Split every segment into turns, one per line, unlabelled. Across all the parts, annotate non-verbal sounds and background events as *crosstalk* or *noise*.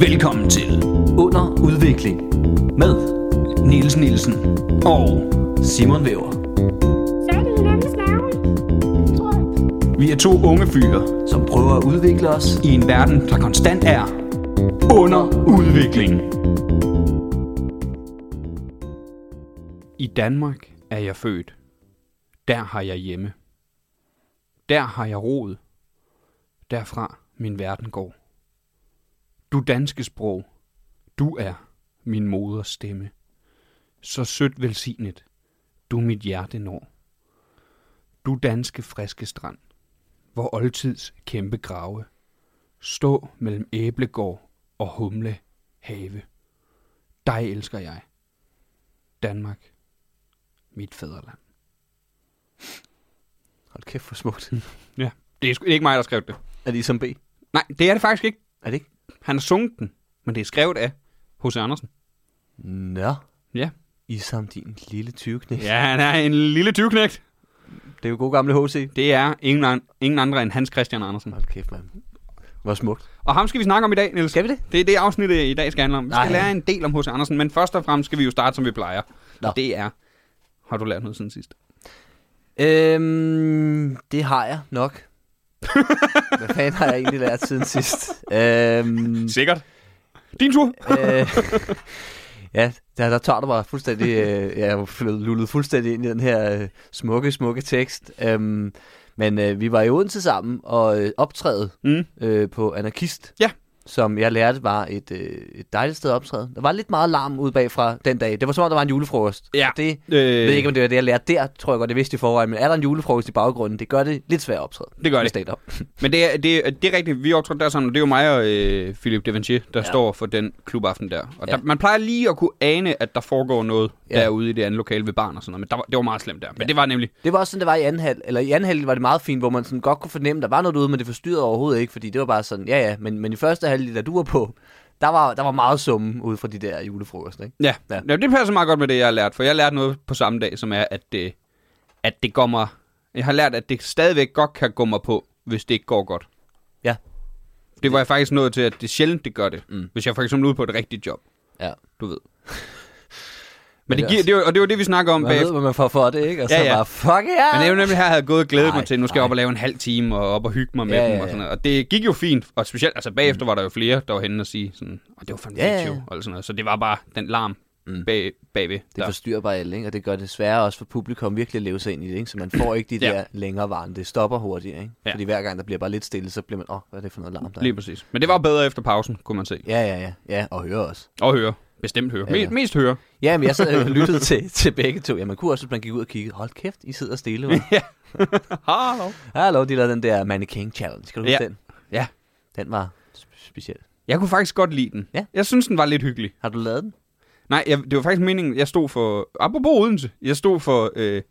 Velkommen til Under Udvikling med Niels Nielsen og Simon Væver.
Så er det hinandens navn. Tror jeg.
Vi er to unge fyre
som prøver at udvikle os.
i en verden, der konstant er under udvikling. I Danmark er jeg født. Der har jeg hjemme. Der har jeg rod. Derfra min verden går. Du danske sprog, du er min moders stemme. Så sødt velsignet, du mit hjerte når. Du danske friske strand, hvor oldtids kæmpe grave stå mellem æblegård og humle have. Dig elsker jeg. Danmark, mit fædreland.
Hold kæft, hvor smukt.
Ja, det er, sgu, det er ikke mig, der skrev det.
Er det som B?
Nej, det er det faktisk ikke.
Er det ikke?
Han har sunget den, men det er skrevet af H.C. Andersen.
Nå,
Ja.
Isam, din lille tyveknæk.
Ja, han er en lille tyvknægt.
Det er jo god gamle HC.
Det er ingen, an- ingen andre end Hans Christian Andersen.
Hold kæft, mand. Hvor smukt.
Og ham skal vi snakke om i dag, Niels. Skal vi det? Det er det afsnit, det i dag skal handle om. Vi skal
Nej.
lære en del om H.C. Andersen, men først og fremmest skal vi jo starte, som vi plejer.
Nå.
Og det er, har du lært noget siden sidst?
Øhm, det har jeg
*laughs*
nok. Hvad fanden har jeg egentlig lært siden
*laughs*
sidst? Øhm,
Sikkert. Din tur.
øh, ja, der, der tager du mig fuldstændig... Øh, jeg er jo flyttet- lullet fuldstændig ind i den her øh, smukke, smukke tekst. Øhm, men øh, vi var i Odense sammen og øh, optræde
Mm.
øh, på Anarkist.
Ja.
Som jeg lærte var et, øh, et dejligt sted at optræde. Der var lidt meget larm ud bagfra den dag. Det var som om, der var en julefrokost.
Ja.
Det,
Øh,
jeg ved ikke, om det var det, jeg lærte der, tror jeg godt, det vidste i forvejen. Men er der en julefrokost i baggrunden, det gør det lidt svært at optræde.
Det gør
Med
det.
stand-up.
Men det er, det, er- det er rigtigt, vi optrådte der sammen, og det er jo mig og øh, Philip Devanché, der ja.
Ja.
står for den klubaften der. Og
Ja.
der, man plejer lige at kunne ane, at der foregår noget ja.
Ja.
derude i det andet lokale ved barn og sådan noget, men der var, det var meget slemt der. Men ja. det var nemlig,
Det var også sådan, det var i anden halv. Eller i anden halv var det meget fint, hvor man sådan godt kunne fornemme, der var noget ude, men det forstyrrede overhovedet ikke, fordi det var bare sådan, ja ja, men, men i første halvdel, da du var på, der var, der var meget summe ud fra de der julefrokoster, ikke?
ja. ja.
Ja.
ja, det passer meget godt med det, jeg har lært, for jeg har lært noget på samme dag, som er, at det, at det går mig, jeg har lært, at det stadigvæk godt kan gå mig på, hvis det ikke går godt.
Ja.
Det var jeg faktisk nået til, at det er sjældent, det gør det. Mm.
Mm.
Hvis jeg for eksempel er ude på et rigtigt job,
Ja.
du ved. Men det
det er
giver, det var, og det var det, vi snakker om
Man
bagefter.
ved, hvad man får for det, ikke? Og så
Ja, ja.
bare, fuck ja!
Men det er jo nemlig her, jeg havde gået og glædet
Nej,
mig til, nu skal jeg
nej.
op og lave en halv time, og op og hygge mig med ja,
Ja,
dem,
ja,
og
ja. Mm.
sådan noget. Og det gik jo fint, og specielt, altså bagefter var der jo flere, der var henne og sige sådan, og det var fandme
Ja,
ja,
ja,
ja.
ja.
og sådan noget. Så det var bare den larm
Mm.
bag, bagved.
Det
der.
forstyrrer bare alt, ikke? Og det gør det sværere også for publikum virkelig at leve sig ind i det, ikke? Så man får ikke de
Ja.
der længere varme. Det stopper hurtigt, ikke?
Ja.
Fordi hver gang der bliver bare lidt stille, så bliver man, åh, oh, hvad er det for noget larm, der er?
Lige præcis. Men det var bedre efter pausen, kunne man se.
Ja, ja, ja. Ja, og høre også.
Og høre. Bestemt høre.
Ja,
Ja.
ja.
Mest høre.
Ja, men jeg sad og lyttede
*laughs*
til, til begge to. Ja, man kunne også, hvis man gik ud og kiggede, hold kæft, I sidder stille, hva'?
Hallo.
*laughs* Hallo, de lavede den der Mannequin Challenge. Skal du huske
Ja.
den?
Ja.
Den var sp- speciel.
Jeg kunne faktisk godt lide den.
Ja.
Jeg synes, den var lidt hyggelig.
Har du lavet den?
Nej, jeg, det var faktisk meningen, jeg stod for, apropos Odense, jeg stod for, øh,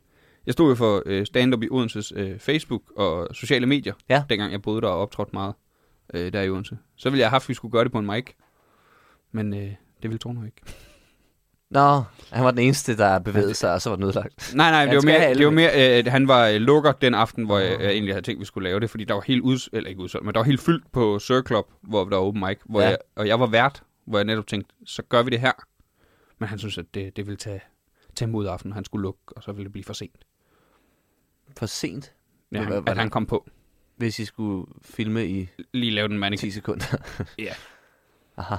jeg stod jo for øh, stand-up i Odenses øh, Facebook og sociale medier,
Ja.
dengang jeg boede der og optrådte meget øh, der i Odense. Så ville jeg have haft, at vi skulle gøre det på en mic, men øh, det ville Torno ikke.
Nå, han var den eneste, der bevægede sig, og så var den udlagt.
Nej, nej, det
Han
var
skal have
mere,
alle
det var mere øh, at han var øh, lukker den aften, hvor jeg, jeg egentlig havde tænkt, at vi skulle lave det, fordi der var helt ud, eller ikke udsolgt, men der var helt fyldt på Sir Club, hvor der var open mic, hvor
Ja.
jeg, og jeg var vært, hvor jeg netop tænkte, så gør vi det her. Men han synes, at det, det ville tage, tage mod aften, han skulle lukke, og så ville det blive for sent.
For sent,
Ja,
Men hvad
han,
var
at han
det?
kom på.
hvis I skulle filme i
Lige lave den mannequin.
10 sekunder.
Ja.
*laughs* Aha.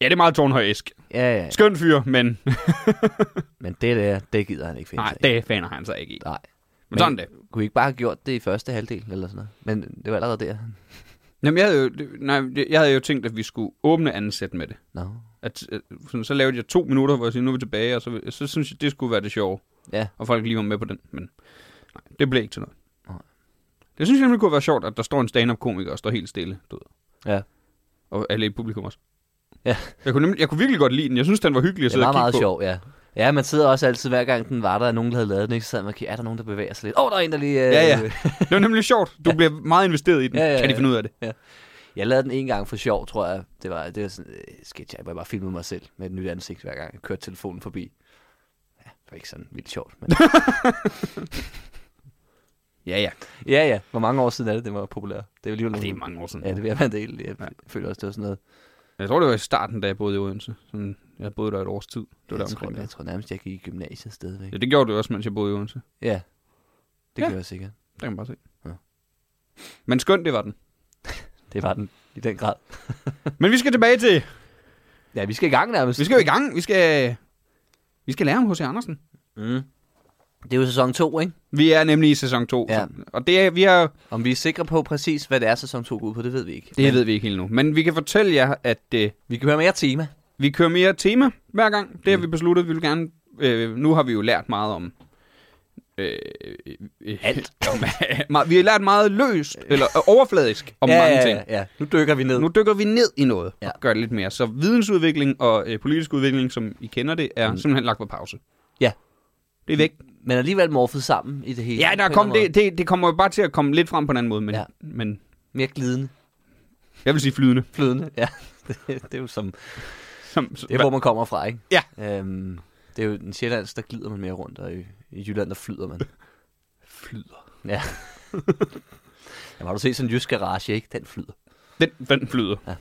ja, det er meget tårnhøjæsk.
Ja, ja, ja.
Skøn fyr, men
Men det der, det gider han ikke finde
nej,
sig i.
det faner han sig ikke i.
Nej.
Men sådan det.
Kunne I ikke bare have gjort det i første halvdel eller sådan noget? Men det var allerede der.
Jamen, jeg havde jo, det- nej, det- jeg havde jo tænkt, at vi skulle åbne anden sæt med det.
Nå.
At, øh, sådan, så lavede jeg to minutter, hvor jeg siger, nu er vi tilbage, og så, så synes jeg, det skulle være det sjove.
Ja.
og folk lige var med på den, men nej, det blev ikke til noget.
Nej.
Det synes jeg nemlig kunne være sjovt, at der står en stand-up-komiker og står helt stille, du ved.
Ja.
Og alle i publikum også.
Ja.
Jeg kunne, nemlig, jeg kunne virkelig godt lide den. Jeg synes, den var hyggelig at
Det er
sidde og
meget,
kigge
meget
på.
sjovt, ja. Ja, man sidder også altid, hver gang den var der, og nogen der havde lavet den, ikke? Så sad man og kiggede, er der nogen, der bevæger sig lidt? Åh, oh, der er en, der lige... øh,
Ja, ja. Det var nemlig sjovt. Du bliver meget investeret i den.
Ja, ja, ja.
Kan de finde ud af det?
Jeg lavede den en gang for sjov, tror jeg. Det var, det var sådan en sketch, hvor jeg bare filmede mig selv med et nyt ansigt, hver gang jeg kørte telefonen
*laughs*
forbi. Ja, det var ikke sådan vildt sjovt. Men...
Ja, ja.
Ja, ja. Hvor mange år siden er det, den var populær? Det er jo alligevel
Og det er
nogle-
mange år siden.
Ja, det vil jeg være en del. Jeg
Ja.
føler også, det var sådan noget.
Jeg tror, det var i starten, da jeg boede i Odense. Sådan, jeg boede der et års tid. Det var der
jeg, tror,
omkring.
jeg tror nærmest, jeg gik i gymnasiet stadigvæk.
Ja, det gjorde du også, mens jeg boede i Odense.
Ja, det
Ja.
ja. gør jeg sikkert.
Det kan man bare se.
Ja.
Men skønt, det var den.
Det var den i den grad.
Men vi skal tilbage til...
Ja, vi skal i gang nærmest.
Vi skal jo i gang. Vi skal, vi skal lære om H.C. Andersen.
Mm. Det er jo sæson 2, ikke?
Vi er nemlig i sæson 2.
Ja.
Og det, er- vi har,
Om vi er sikre på præcis, hvad det er, sæson 2 går ud på, det ved vi ikke.
det
Men
ved vi ikke helt nu. Men vi kan fortælle jer, at øh,
Vi kan høre mere tema.
vi kører mere tema hver gang. Det har vi besluttet. Vi vil gerne... Øh, nu har vi jo lært meget om... Øh, øh,
Alt.
*laughs* om, meget- vi har lært meget løst, eller øh, overfladisk, om
ja,
mange
ja,
ting.
Ja, ja. Nu dykker vi ned.
Nu dykker vi ned i noget ja.
Ja.
og gør det lidt mere. Så vidensudvikling og øh, politisk udvikling, som I kender det, er mm. simpelthen lagt på pause.
Ja.
Det er væk.
Men alligevel morfet sammen i det hele.
Ja,
på
der
en
kom,
eller anden
det, det, det kommer jo bare til at komme lidt frem på en anden måde, men, ja.
Ja.
men
måde. Mere glidende,
jeg vil sige flydende.
flydende. Ja, *laughs* det, det er jo som...
Som,
Det er, hvor man kommer fra, ikke?
Ja.
Øhm, det er jo den sjællands, der glider man mere rundt, og i, i Jylland, der flyder man. flyder. Ja. Jamen, har du set sådan en jysk garage, ikke? Den flyder.
den, den flyder. Ja.
Ja.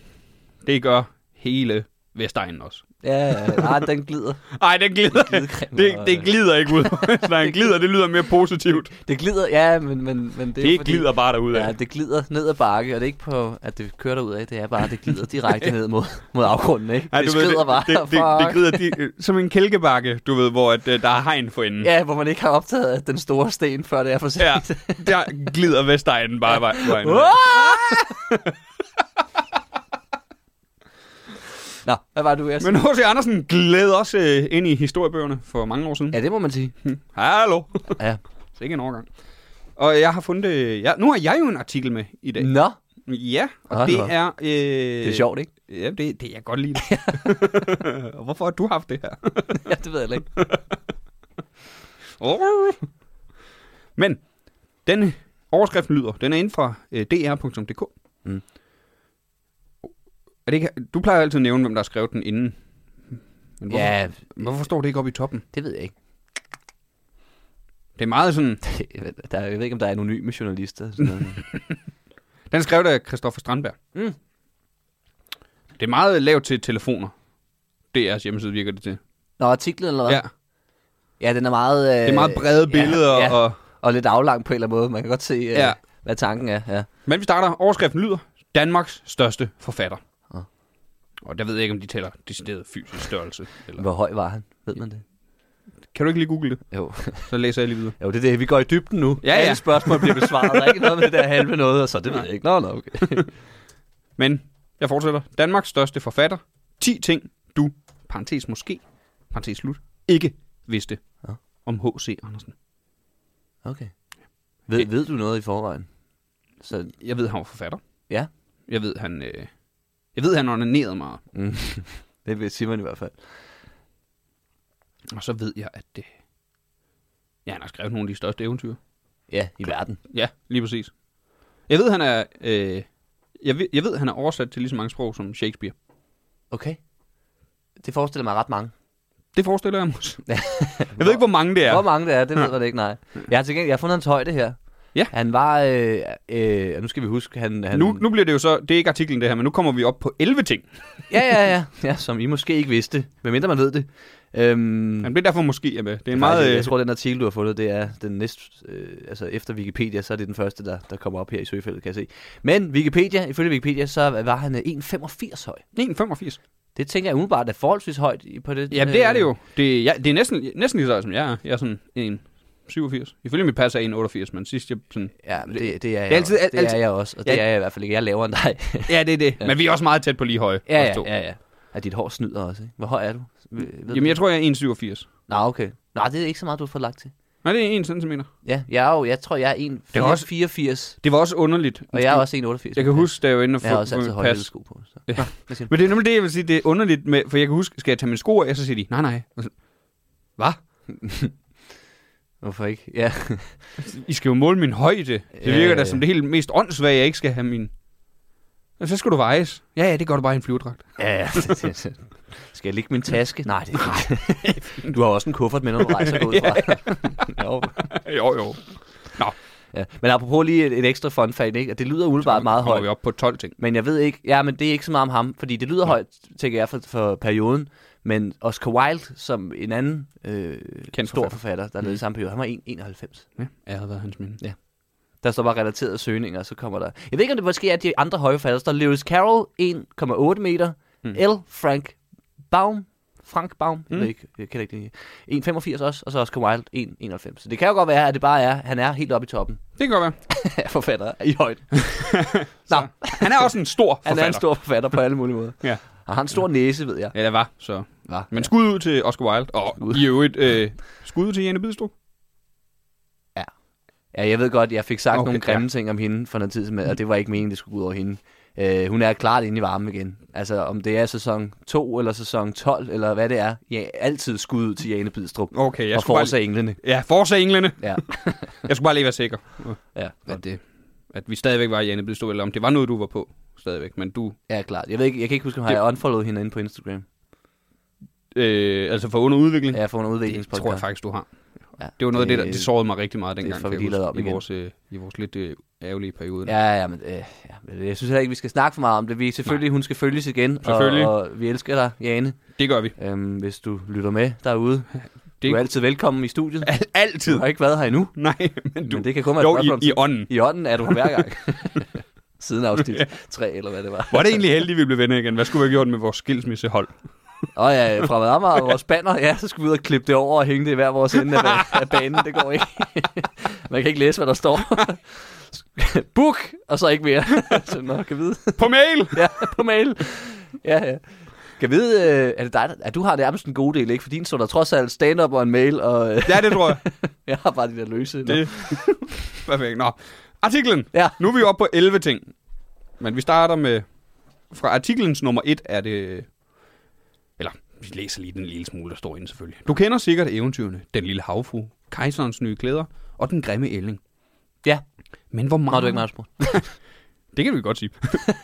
Det gør hele Vestegnen også.
Ja, ja, ja. Ah, den
*laughs*
glider.
Ej, den glider.
Glidecreme
Det,
og-
det glider
*laughs*
ikke ud. Nej, glider, det lyder mere positivt. Det,
Det glider, ja, men, men, men det er
det
fordi,
glider bare derud af.
Ja, det glider ned ad bakke, og det er ikke på, at det kører derud af, det er bare, at det glider
*laughs*
direkte ned mod, mod afgrunden, ikke?
Ej,
det
du ved,
skrider bare.
det, det, det glider de, øh, som en kælkebakke, du ved, hvor at, øh, der er hegn for enden.
Ja, hvor man ikke har optaget at den store sten, før det er for sent.
Ja, der glider Vestegnen bare vej, vejen.
Ah! *laughs* Nå, hvad var det, du, jeg
Men H.C. Andersen glæder også øh, ind i historiebøgerne for mange år siden.
Ja, det må man sige.
Hallo.
Ja.
Så ikke en overgang. Og jeg har fundet... øh, Ja, nu har jeg jo en artikel med i dag.
Nå,
Ja, og
Ah,
det
nå.
er... Øh,
det er sjovt, ikke?
*laughs* Ja, det, det jeg godt
*laughs*
lide. Og Hvorfor har du haft det her?
Ja, det ved jeg heller ikke.
Åh. Men den overskrift lyder, den er inden fra øh, dr.dk.
Mm.
Er det ikke, du plejer altid at nævne, hvem der har skrevet den inden. Men hvorfor,
Ja,
hvorfor står det ikke oppe i toppen?
det ved jeg ikke. *laughs*
Det er meget sådan...
Jeg ved, der, jeg ved ikke, om der er anonyme journalister. og Sådan noget.
*laughs* Den skrev der Christoffer Strandberg.
Mm.
Det er meget lavt til telefoner. DR's hjemmeside virker det til.
Nå, artiklen eller hvad?
Ja,
ja den er meget... Øh,
det er meget brede billeder.
Ja, ja.
Og,
Og lidt aflangt på en eller anden måde. Man kan godt se, øh,
Ja.
ja. hvad tanken er. Ja.
men vi starter. Overskriften lyder, Danmarks største forfatter.
Ah.
Og der ved jeg ikke, om de tæller decideret fysisk størrelse. Eller...
Hvor høj var han? Ved man det?
Kan du ikke lige google det?
Jo.
Så læser jeg lige videre.
jo, det er det. Vi går i dybden nu.
Ja, ja.
Alle spørgsmål bliver besvaret. Der er ikke noget med det der halve noget, og så det ved jeg ikke. Nå, nå, okay.
Men jeg fortsætter. Danmarks største forfatter. 10 ting, du, parentes måske, parentes slut, ikke vidste
Ja.
om H.C. Andersen.
okay. Ved, ved du noget i forvejen? Så,
Jeg ved, han var forfatter.
Ja.
Jeg ved, han... Øh... Jeg ved, han onanerede meget.
mm, det vil- siger man i hvert fald.
Og så ved jeg, at... Øh... Ja, han har skrevet nogle af de største eventyr.
Ja, i verden.
Ja, lige præcis. Jeg ved, han er... Øh... Jeg, ved, jeg ved, han er oversat til lige så mange sprog som Shakespeare.
Okay. Det forestiller mig ret mange.
Det forestiller jeg mig. også.
*laughs*
jeg ved ikke, hvor mange det
Ja. Hvor
er.
mange det er, det ved man ikke, nej. Jeg har, til gengæld, jeg har fundet hans højde her.
Ja.
Han var, øh, øh, nu skal vi huske, han... han
Nu, nu bliver det jo så... Det er ikke artiklen, det her, men nu kommer vi op på 11 ting.
Ja, ja, ja, ja. Som I måske ikke vidste, medmindre man ved det. Øhm,
Han bliver derfor måske er med. Det er en
Faktisk,
meget...
jeg
Øh...
tror, den artikel, du har fundet, det er den næste... Øh, altså, efter Wikipedia, så er det den første, der, der kommer op her i søgefeltet, kan jeg se. Men Wikipedia, ifølge Wikipedia, så var han øh, 1,85 høj.
1,85.
Det tænker jeg umiddelbart er forholdsvis højt i- på det.
Jamen, det er det jo. Det, er- ja, det er næsten, næsten lige så højt, som jeg er. Jeg er sådan 1,87. Ifølge mit pas er jeg 1,88, men sidst jeg sådan...
Ja, men det, det er jeg
Det er altid-
også. Det
altid-
er jeg også, og
Ja.
det er jeg i hvert fald ikke. Jeg er lavere end dig.
Ja, det er det. Men vi er også meget tæt på lige høje.
ja,
os
ja,
to.
ja, ja. Ja, dit hår snyder også, ikke? Hvor høj er du? Ved, ved
Jamen,
du?
jeg tror, jeg er 1,87.
Nå, okay. Nå, det er ikke så meget, du har fået lagt til.
Nej, det er 1 cm.
Ja, jeg, er jo, jeg tror, jeg er 1,84,
er også- Det var også underligt.
og jeg er også 1,88.
Jeg kan huske, da jeg var inde og få
jeg har også
få
altid
mit
højt sko på. Så.
Ja.
Nå, hvad siger du?
Men det er nemlig det, jeg vil sige, det er underligt med, for jeg kan huske, skal jeg tage mine sko af, og så siger de, nej, nej. Og så, Hvad?
Hvorfor ikke? Ja.
I skal jo måle min højde. Det
Ja,
virker
ja,
da
ja.
som det helt mest åndssvage, at jeg ikke skal have min... Og så skal du vejes. Ja, ja, det gør du bare i en *laughs* flyverdragt.
Ja, *laughs* ja. det- det- det- Skal jeg lægge min taske? Nej, det er *laughs* ikke. Du har også en kuffert med, når du rejser ud fra. jo.
jo, jo. Nå,
Ja. Men apropos lige et, et ekstra fun fact, ikke? At det lyder umiddelbart meget
kommer vi
højt.
op på 12 ting.
Men jeg ved ikke, ja, men det er ikke så meget om ham, fordi det lyder højt, tænker jeg, for, for perioden. Men Oscar Wilde, som en anden øh,
Kendt
stor
forfatter.
forfatter, der levede i samme periode, han var 1, 91.
Ja, jeg havde været hans minde. Ja.
Der står bare relaterede søgninger, og så kommer der... Jeg ved ikke, om det måske er de andre høje forfattere. Der står Lewis Carroll, 1,8 meter.
Hmm.
Mm. L. Frank Baum. Frank Baum, mm. jeg, ved ikke, jeg kender ikke det. 1,85 også, og så Oscar Wilde, 1,91. Så det kan jo godt være, at det bare er, han er helt oppe i toppen *laughs*
Det kan godt *laughs* være.
af forfattere i højden. Nå,
*laughs* Så. Han er også en stor forfatter.
han er en stor forfatter på alle mulige måder.
Ja.
Og har en stor næse, ved jeg.
Ja, det var, så.
Ja.
Men skud ud til Oscar Wilde, og
Skud.
i øvrigt øh, skud ud til Jane Bidstrup.
Ja, jeg ved godt, jeg fik sagt
Okay,
okay, nogle grimme
ja. Mm.
ja. ting om hende for noget tid med, og det var ikke meningen, det skulle gå ud over hende. Øh, hun er klart inde i varmen igen. Altså, om det er sæson 2 eller sæson 12, eller hvad det er. Ja, altid skud ud til Jane Bidstrup.
Okay, jeg
og
skulle bare...
forse englene.
lige- Ja, forse englene.
Ja,
Jeg skulle bare lige være sikker. *laughs*
ja,
At, det, at vi stadigvæk var i Jane Bidstrup, eller om det var noget, du var på stadigvæk. Men du,
ja, klart. Jeg, ved ikke, jeg kan ikke huske, om jeg har unfollowet hende inde på Instagram.
øh, altså for under udvikling,
Ja, for en
det
udviklingspodcast.
tror jeg faktisk, du har.
Ja,
Det var noget af det, der det sårede mig rigtig meget
det
dengang,
får vi
kan
lige
jeg
lavet
huske,
om
i
igen.
vores, øh, i vores lidt øh, ærgerlige periode.
Ja, ja, men øh, ja, men jeg synes heller ikke, vi skal snakke for meget om det. Vi, selvfølgelig, hun skal følges igen.
Selvfølgelig.
Og, og vi elsker dig, Jane.
Det gør vi.
Øhm, hvis du lytter med derude,
Det
det... du er altid velkommen i studiet.
Al- altid.
Du har ikke været her endnu.
Nej, men du...
Men det kan kun være et
jo,
spørgsmål om
i, i ånden.
I ånden er du her hver gang. *laughs*
*laughs*
Siden afsnit 3, eller hvad det var.
Var det egentlig heldigt, vi blev venner igen? Hvad skulle vi have gjort med vores skilsmissehold?
Og ja, fra Madamager og vores banner, ja, så skulle vi ud og klippe det over og hænge det i hver vores ende af, ba- af banen. Det går ikke. *laughs* Man kan ikke læse, hvad der står. *laughs* Book, og så ikke mere. *laughs* så nå, kan vide. *laughs*
På mail!
Ja, på mail. Ja, ja. Kan vide, øh, er det dig, der, at du har det nærmest en god del, ikke? For din så der trods alt stand-up og en mail, og øh, *laughs*
Ja, det tror jeg.
jeg har bare de der løse. Det...
Det... Perfekt. Nå. Artiklen.
Ja.
Nu er vi oppe på 11 ting. Men vi starter med... Fra artiklens nummer 1 er det... Eller, vi læser lige den lille smule, der står inde selvfølgelig. Du kender sikkert eventyrene. Den lille havfru, kejserens nye klæder og den grimme ælling.
Ja,
Men hvor meget...
Nå, du er ikke meget spurgt.
Det kan vi
*laughs*
godt sige.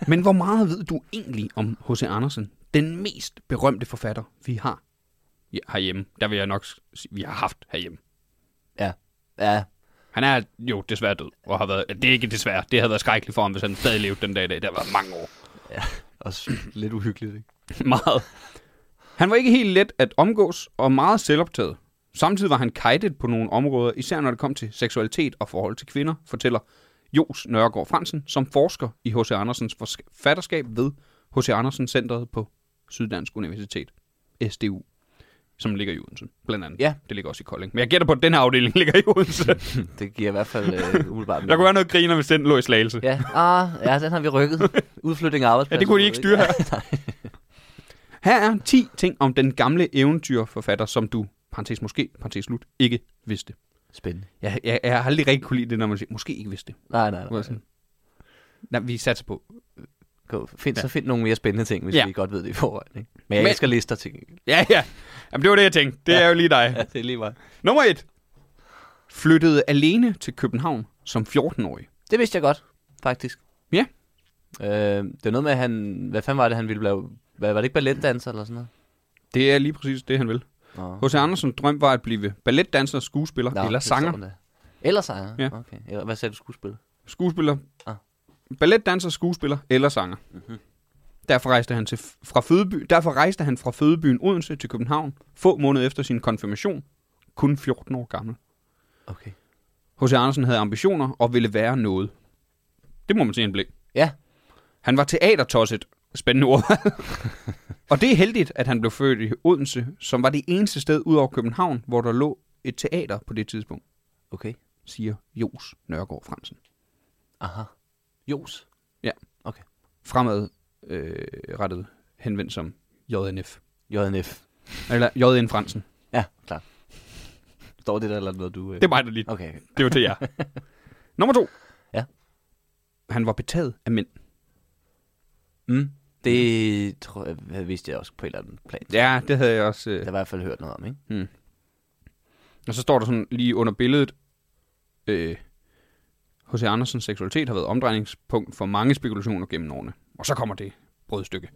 Men hvor meget ved du egentlig om H.C. Andersen, den mest berømte forfatter, vi har ja, herhjemme? Der vil jeg nok s- sige, vi har haft herhjemme.
Ja. Ja,
Han er jo desværre død, og har været, det er ikke desværre, det havde været skrækkeligt for ham, hvis han stadig levede den dag i dag. Det har været mange år.
også lidt uhyggeligt, ikke?
meget. Han var ikke helt let at omgås, og meget selvoptaget. Samtidig var han kajtet på nogle områder, især når det kom til seksualitet og forhold til kvinder, fortæller Jos Nørgaard Fransen, som forsker i H.C. Andersens forfatterskab ved H.C. Andersen Centeret på Syddansk Universitet, SDU, som ligger i Odense, blandt andet.
Ja.
Det ligger også i Kolding. Men jeg gætter på, at den her afdeling *laughs* ligger i Odense.
*laughs* Det giver i hvert fald øh, umiddelbart
Der kunne være noget griner, hvis den lå i Slagelse.
Ja, ah, ja, den har vi rykket. Udflytning af arbejdspladser.
Ja, det kunne de ikke styre
Ja,
her. Her er 10 ting om den gamle eventyrforfatter, som du, parentes måske, parentes slut, ikke vidste.
Spændende.
Jeg, jeg, jeg har aldrig rigtig kunne lide det, når man siger, måske ikke vidste det.
Nej, nej,
Hvor
nej.
jeg sådan, Nej, vi satser på.
Gå. Find, Så find nogle mere spændende ting, hvis
Ja.
ja. vi godt ved det i forvejen. Ikke? Men jeg
Men-
Men... elsker lister ting.
Ja, ja. Jamen, det var det, jeg tænkte. Det ja. er jo lige dig.
Ja, det er lige mig.
Nummer 1. Flyttede alene til København som 14-årig.
Det vidste jeg godt, faktisk.
Ja.
Øh, det var noget med, at han... Hvad fanden var det, han ville blive... Hvad, var det ikke balletdanser eller sådan noget?
Det er lige præcis det, han vil.
Nå.
H.C. Andersens drøm var at blive balletdanser, skuespiller
Nå,
Nå, eller
det står
sanger.
der. Eller sanger?
Ja.
Ja. Okay. Eller, hvad sagde du, skuespiller?
skuespiller, ah.
Ah.
balletdanser, skuespiller eller sanger. Mm-hmm. Derfor rejste han til fra fødeby, derfor rejste han fra fødebyen Odense til København få måneder efter sin konfirmation, kun 14 år gammel.
Okay.
H.C. Andersen havde ambitioner og ville være noget. Det må man sige, han blev.
Ja.
Han var teatertosset. Spændende ord. og det er heldigt, at han blev født i Odense, som var det eneste sted ud over København, hvor der lå et teater på det tidspunkt,
Okay.
siger Jos Nørgaard Fransen.
Aha. Jos.
fremad øh, rettet henvendt som JNF.
JNF.
Eller JN Fransen.
Ja, klart. Står det der eller noget, du... Øh...
Det var mig, der lige.
Okay, okay.
Det var til jer. Nummer to.
Ja.
Han var betaget af mænd.
Mm. Det tror jeg, jeg vidste jeg også på en eller anden plan.
Ja, det havde jeg også.
Det
Øh.
har jeg i hvert fald hørt noget om, ikke?
Og så står der sådan lige under billedet, øh, H.C. Andersens seksualitet har været omdrejningspunkt for mange spekulationer gennem årene. Og så kommer det brødstykke.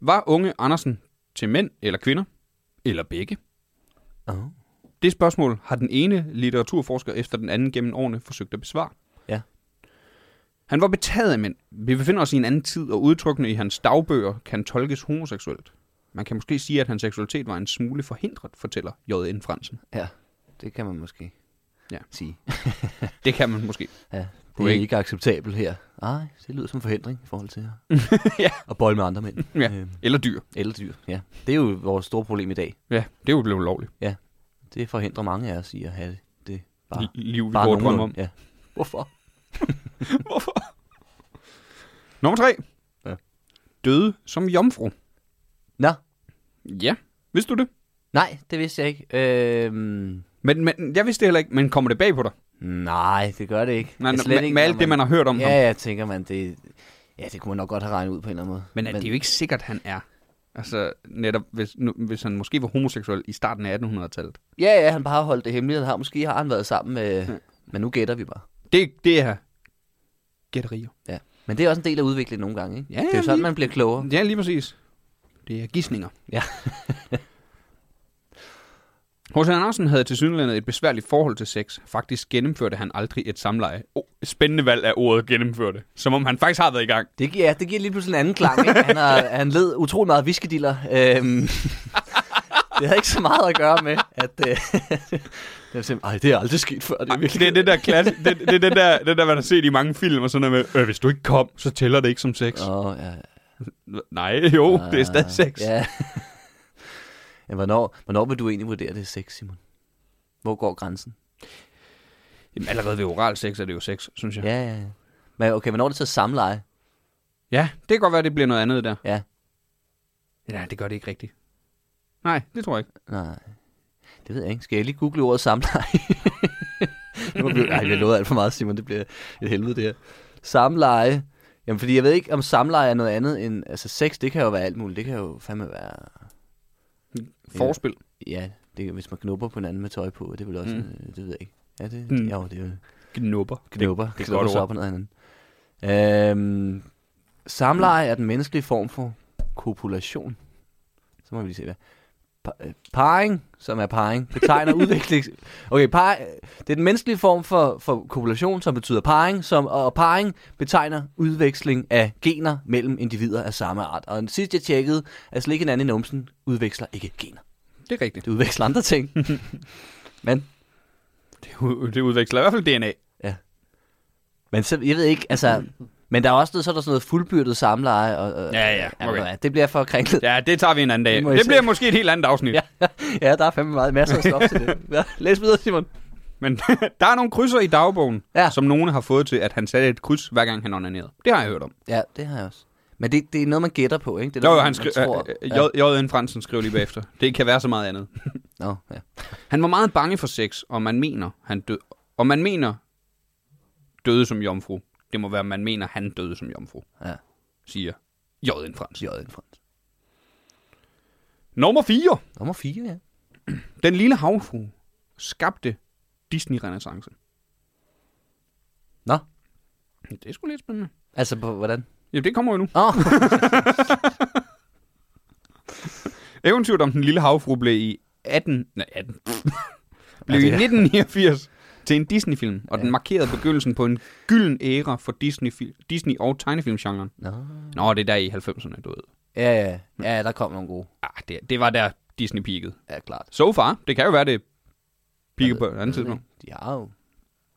Var unge Andersen til mænd eller kvinder? Eller begge?
Oh.
Det spørgsmål har den ene litteraturforsker efter den anden gennem årene forsøgt at besvare. Han var betaget af mænd. Vi befinder os i en anden tid, og udtrykkene i hans dagbøger kan tolkes homoseksuelt. Man kan måske sige, at hans seksualitet var en smule forhindret, fortæller J.N. Fransen.
Ja, det kan man måske
Ja.
sige.
Det kan man måske.
Ja, det er
Korrekt.
ikke acceptabelt her. Nej, det lyder som forhindring i forhold til
*laughs* Ja.
at, at bolle med andre mænd.
Ja.
Øhm,
Eller dyr.
eller dyr, ja. Det er jo vores store problem i dag.
Ja, det er jo blevet lovligt.
Det forhindrer mange af os i at have det. det bare,
L- liv, vi
bare
går og drømmer om. *laughs*
nogenlunde. Ja. Hvorfor?
Hvorfor? Nummer tre.
Ja.
Døde som jomfru.
Nå,
Ja, vidste du det?
nej, det vidste jeg ikke. Øhm,
Men, men jeg vidste det heller ikke, men kommer det bag på dig?
nej, det gør det ikke.
Man,
Det er slet
med,
ikke,
med
når
alt det, man har hørt om
Ja,
ham.
jeg tænker man, det, ja, det kunne man nok godt have regnet ud på en eller anden måde.
Men, men det er jo ikke sikkert, han er. Altså netop, hvis, nu, hvis han måske var homoseksuel i starten af 1800-tallet.
Ja, ja, han bare har holdt det hemmeligt. Han har, måske har han været sammen med...
Ja.
Men nu gætter vi bare.
Det, det er gætterier.
Ja. Men det er også en del af udviklingen nogle gange, ikke?
Ja,
det er jo sådan,
lige-
man bliver klogere.
Ja, lige præcis. Det er gissninger. *laughs*
Ja.
H.C. Andersen havde til synligheden et besværligt forhold til sex. Faktisk gennemførte han aldrig et samleje. Oh, spændende valg af ordet gennemførte. Som om han faktisk har været i gang.
Det giver, ja, det giver lige pludselig en anden klang, ikke? Han, har, han led utrolig meget af viskediller. *laughs* Øhm, det havde ikke så meget at gøre med, at... Øh, *laughs* det var simpelthen, Ej, det er aldrig sket før, det er virkelig...
Det er det der klasse, det, det, er det der, det der, man har set i mange film og sådan noget med, øh, hvis du ikke kom, så tæller det ikke som sex.
Åh, oh, ja. Ah,
Nej, *laughs* jo,
Oh,
det er stadig sex.
Ja. ja hvornår, hvornår vil du egentlig vurdere det er sex, Simon? Hvor går grænsen?
Jamen, allerede ved oral sex er det jo sex, synes jeg.
Ja, ja, ja. Men okay, hvornår er det så samleje?
Ja, det kan godt være, det bliver noget andet der.
Ja.
Ja, det gør det ikke rigtigt. Nej, det tror jeg ikke.
Nej. Det ved jeg ikke. Skal jeg lige google ordet samleje? *laughs* nu er vi, ej, vi har lovet alt for meget, Simon. Det bliver et helvede, det her. Samleje. Jamen, fordi jeg ved ikke, om samleje er noget andet end... Altså, sex, det kan jo være alt muligt. Det kan jo fandme være...
Forspil.
Ja, det, kan- hvis man knupper på hinanden med tøj på, det vil også...
Mm.
Mm. Det ved jeg ikke. Ja, det,
Mm.
mm. jo, det er jo
Knupper.
knupper.
det er
Det,
et
knupper
godt
sig
ord.
op og ned ad hinanden. Øhm, samleje er den menneskelige form for kopulation. Så må vi lige se, hvad. Pa- øh, Parring, som er
*laughs*
parring, betegner udvikling... Okay, par, det er den menneskelige form for, for kopulation, som betyder parring, som, og parring betegner udveksling af gener mellem individer af samme art. Og sidst jeg tjekkede, at slik hinanden i numsen udveksler ikke gener.
Det er rigtigt.
Det udveksler andre ting. Men
Det, u- det udveksler i hvert fald DNA.
Men så, jeg ved ikke, altså... Men der er også noget, så er der sådan noget fuldbyrdet samleje. Og, og,
Ja, ja,
og-
okay.
Det bliver for *laughs* kringlet. Ja.
Ja, det tager vi en anden dag.
Det må I
Det
se.
bliver måske et helt andet afsnit. Ja.
ja, der er fandme meget, masser af stof
*laughs*
til det. Ja, læs videre, Simon.
Men *laughs* der er nogle krydser i dagbogen, ja.
Ja.
som nogen har fået til, at han satte et kryds, hver gang han onanerede. Det har jeg hørt om.
Ja, det har jeg også. Men det, det er noget, man gætter på, ikke? Det er
Jo, jo,
noget, man-
han
man
skrev,
tror. ja.
øh, J.N. Fransen skrev lige bagefter. Det kan være så meget andet.
Nå, ja.
Han var meget bange for sex, og man mener, han død, og man mener døde som jomfru. Det må være, man mener, han døde som jomfru,
ja.
siger J.N. Fransen.
J. Frans.
Nummer 4.
Nummer 4, ja.
Den lille havfru skabte Disney-renaissance.
Nå,
Det er sgu lidt spændende.
altså på, hvordan?
Ja, det kommer jo nu.
Åh, oh,
Eventyret om den lille havfru blev i 18... Nej, 18. *laughs* blev i
det er-
1989 til en Disney-film, og den
Ja.
markerede begyndelsen på en gylden æra for Disney, Disney og tegnefilmgenren.
*laughs* nå.
Nå, det er der i 90'erne, du ved.
Ja, ja, ja, der kom nogle gode.
Ah, det, det var der Disney peakede.
Ja, klart.
So far. Det kan jo være, det
Jeg
piker
ved-
på et andet
jeg ved
tidspunkt.
ikke. De har jo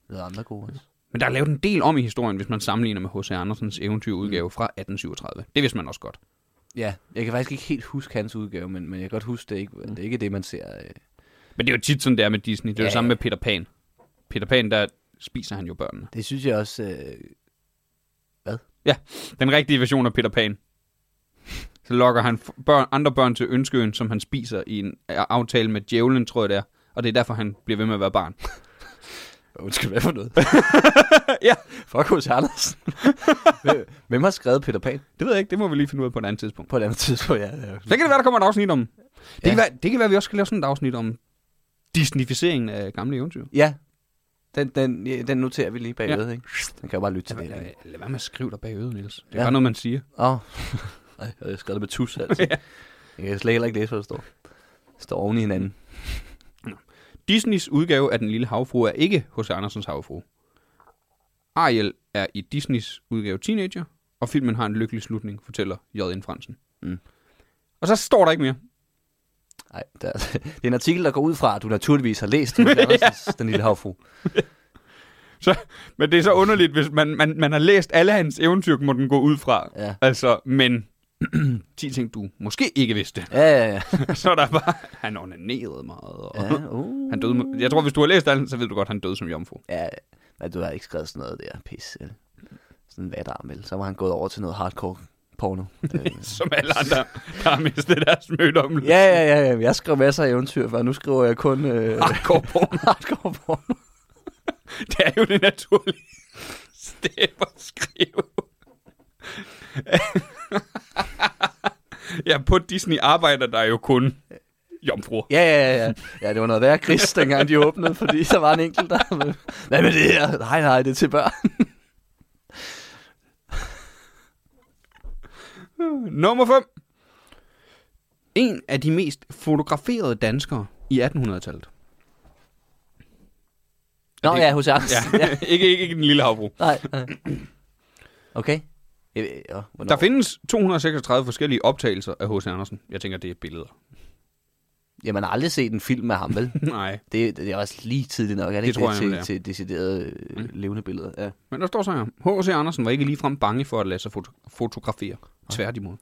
lavet andre gode også.
Men der er lavet en del om i historien, hvis man sammenligner med H.C. Andersens eventyrudgave fra 1837. Det vidste man også godt.
Ja, jeg kan faktisk ikke helt huske hans udgave, men, men jeg kan godt huske, det er ikke, det er ikke det, man ser. Øh.
Men det er jo tit sådan, det er med Disney. Det er jo
Ja,
det samme
ja.
med Peter Pan. Peter Pan, der spiser han jo børnene.
Det synes jeg også... Øh,
Den rigtige version af Peter Pan. Så lokker han f- børn, andre børn til ønskeøen, som han spiser i en a- aftale med djævlen, tror jeg det er. Og det er derfor, han bliver ved med at være barn.
Undskyld, hvad for noget? *laughs*
Ja.
Fuck hos *laughs* Andersen. Hvem- Hvem har skrevet Peter Pan
Det ved jeg ikke, det må vi lige finde ud af på et andet tidspunkt.
på et andet tidspunkt? Ja, ja.
Så kan det være, der kommer et afsnit om... Det,
Ja.
kan være, det kan være, vi også skal lave sådan et afsnit om Disneyficeringen af gamle eventyr.
ja. Den, den, ja, den noterer vi lige bagved, ja. ikke? Den kan jo bare lytte til
Lad,
det. ikke?
lad, lad være med at skrive dig bag øret, Niels. Det er ja.
Ja.
bare noget, man siger.
Åh. *laughs* Oh. Ej, jeg havde skrevet det med tus, altså. ja. Jeg kan slet heller ikke læse, hvad der står. Det står oven i hinanden.
Disneys udgave af Den Lille Havfru er ikke hos Andersens Havfru. Ariel er i Disneys udgave teenager, og filmen har en lykkelig slutning, fortæller J.N. Fransen.
Mm.
Og så står der ikke mere.
Nej, der, det er en artikel, der går ud fra, at du naturligvis har læst *laughs* H.C. Andersens Den Lille Havfru.
Men det er så underligt, hvis man, man, man har læst alle hans eventyr, må den gå ud fra.
Ja.
Altså, men *clears throat* 10 ting, du måske ikke vidste.
Ja, ja, ja.
*laughs* så er der bare, han onanerede meget. Og
*laughs* ja, uh.
han døde, med- jeg tror, hvis du har læst alt, så ved du godt, at han døde som jomfru.
Ja, men du har ikke skrevet sådan noget der, pis. Eller? Sådan en vatarm, vel? Så var han gået over til noget hardcore
*laughs*
porno. Det-
Som alle andre, der har mistet deres mødom.
ja, ja, ja, ja. Jeg skrev masser af eventyr før. Nu skriver jeg kun øh,
*laughs* Hardcore porno.
hardcore porno.
Det er jo det naturlige *laughs* step at skrive. ja, på Disney arbejder der jo kun jomfruer.
Ja, ja, ja, ja. Ja, det var noget værre gris, dengang de åbnede, fordi der var en enkelt der. Hvad med det her? Nej, nej, det er til børn.
Nummer 5. En af de mest fotograferede danskere i 1800-tallet.
Nå
det-
ja, hos Andersen. Ja.
Ja, *laughs* ikke, ikke, ikke den lille havfru.
Nej. nej. Okay. Jeg ved- Ja, hvornår?
Der findes 236 forskellige optagelser af H.C. Andersen. Jeg tænker, det er billeder.
Ja, man har aldrig set en film af ham, vel?
Nej,
Det, det er også lige tidligt nok, er
Det
det,
Mm.
ikke
tror
det,
jeg
til,
nemlig, ja.
til deciderede øh, levende billeder? Ja.
men der står så her. H.C. Andersen var ikke ligefrem bange for at lade sig foto- fotografere. Tværtimod.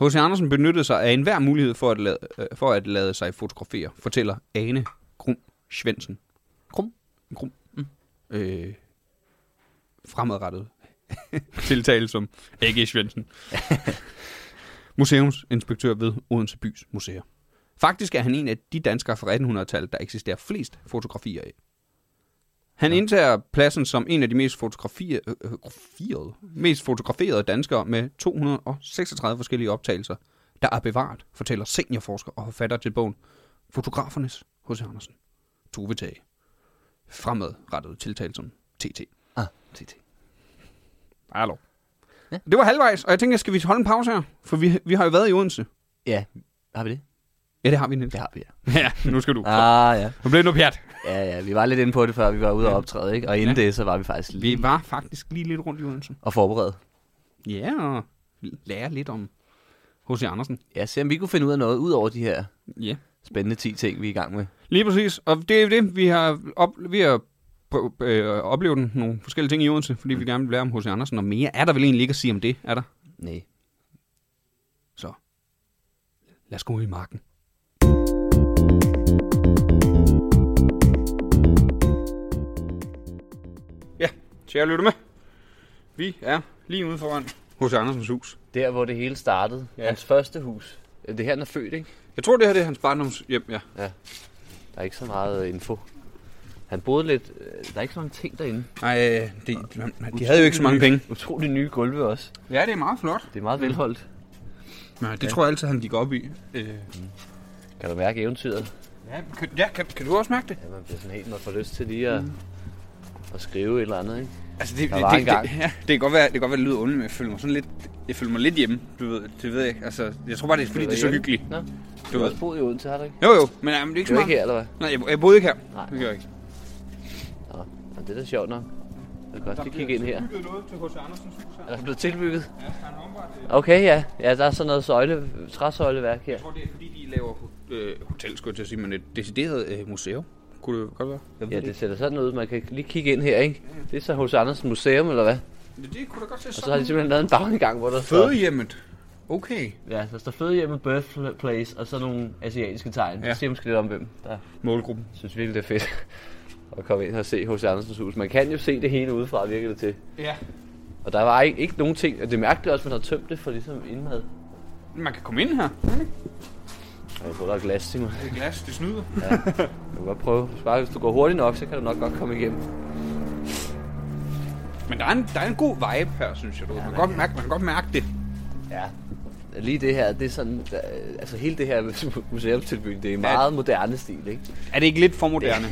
H.C. Andersen benyttede sig af enhver mulighed for at lade, øh, for at lade sig fotografere, fortæller Ane Grum Svendsen.
Grum?
Grum. Mm. Øh, fremadrettet *laughs* tiltale som A.G. Svendsen. Museumsinspektør ved Odense Bys Museer. Faktisk er han en af de danskere fra 1800-tallet, der eksisterer flest fotografier af. Han ja. indtager pladsen som en af de mest fotografier- øh, øh, graferede- mest fotograferede danskere med 236 forskellige optagelser, der er bevaret, fortæller seniorforsker og forfatter til bogen Fotografernes H.C. Andersen. Tove Tage. Fremadrettet tiltalt som TT.
Ah, tit.
Hallo.
Ja.
Ja. Det var halvvejs, og jeg tænker, skal vi holde en pause her? For vi, vi har jo været i Odense.
Ja, har vi det?
Ja, det har vi, Niels.
Det
Ja,
har vi, ja.
ja nu skal du.
Ah, ja.
Nu bliver det noget pjat.
Ja, ja, vi var lidt inde på det, før vi var ude og
Ja.
optræde, ikke? Og inden
Ja.
det, så var vi faktisk lige
Vi var faktisk lige lidt rundt i Odense.
og forberede.
Ja, og lære lidt om H.C. Andersen.
Ja, se om vi kunne finde ud af noget, ud over de her
Ja.
spændende 10 ting, vi er i gang med.
Lige præcis, og det er jo det, vi har, op, vi har prø- øh, oplevet nogle forskellige ting i Odense, fordi vi gerne vil lære om H.C. Andersen og mere. Er der vel egentlig ikke at sige om det, er der?
Nej.
Så lad os gå ud i marken. Ja, til at lytte med. Vi er lige ude foran H.C. Andersens hus.
Der, hvor det hele startede.
Ja.
Hans første hus. Ja, Det her, han er født, ikke?
Jeg tror, det her det er hans barndomshjem, ja.
Der er ikke så meget øh, info. Han boede lidt... øh, Der er ikke så mange ting derinde.
Nej, de, øh, de havde jo ikke så mange penge. Mm.
Utrolig nye gulve også.
Ja, det er meget flot.
Det er meget velholdt.
Nej, det tror jeg altid, han gik op i. Øh,
Kan du mærke eventyret?
Ja, kan, ja kan, kan du også mærke det?
Ja, man bliver sådan helt, man får lyst til lige at, mm. at skrive et eller andet, ikke?
Altså, det,
Der
det,
var
det,
engang.
det, ja, det kan godt være, det kan godt være, det lyder ondt, men jeg føler mig sådan lidt, jeg føler mig lidt hjemme, du ved, det ved jeg ikke. Altså, jeg tror bare, det er fordi, det er så hyggeligt,
Nå,
du
du har
ved.
også boet i Odense, har du ikke?
Jo, jo, men jamen, det er ikke
Det
så
var
meget.
ikke her, eller hvad?
Nej, jeg, jeg boede ikke her.
Nej.
Det gør jeg ikke.
Nå, men det er da sjovt nok. Jeg kan også lige kigge ind her.
bygget noget til H.C. Andersens hus her.
Er der blevet tilbygget?
Ja, han har omvendt, øh,
Okay, ja. Ja, der er sådan noget søjle, træsøjleværk her.
jeg tror, det er fordi, de laver øh, hotel, skulle jeg til at sige, men et decideret øh, museum. Kunne det godt være? Jeg ved
Ja,
det,
det ser da sådan ud. Man kan lige kigge ind her, ikke? Det er så hos Andersen Museum, eller hvad?
ikke. det, det kunne da godt se
Og så har
sådan.
de
ud.
simpelthen lavet en bagindgang, hvor der står...
Fødehjemmet. Okay.
Ja, der står fødehjemme, birthplace og så nogle asiatiske tegn. Ja.
Ja.
Det siger måske lidt om, hvem der
Målgruppen.
synes virkelig, det er fedt *laughs* at komme ind og se hos Andersens hus. Man kan jo se det hele udefra, virker det til.
Ja.
Og der var ikke, ikke nogen ting, og det mærkte jeg også, at man har tømt det for ligesom indmad.
Man kan komme ind her.
Og jeg tror, der er glas, Simon.
Det er glas, det snyder.
Du kan godt prøve. Bare hvis du går hurtigt nok, så kan du nok godt komme igennem.
Men der er, en, der er en god vibe her, synes jeg. Du. Man, kan godt mærke, man kan godt mærke det.
Ja. Lige det her, det er sådan, der, altså hele det her *laughs* museumstilbygning, det er meget moderne stil, ikke?
Er det ikke lidt for moderne?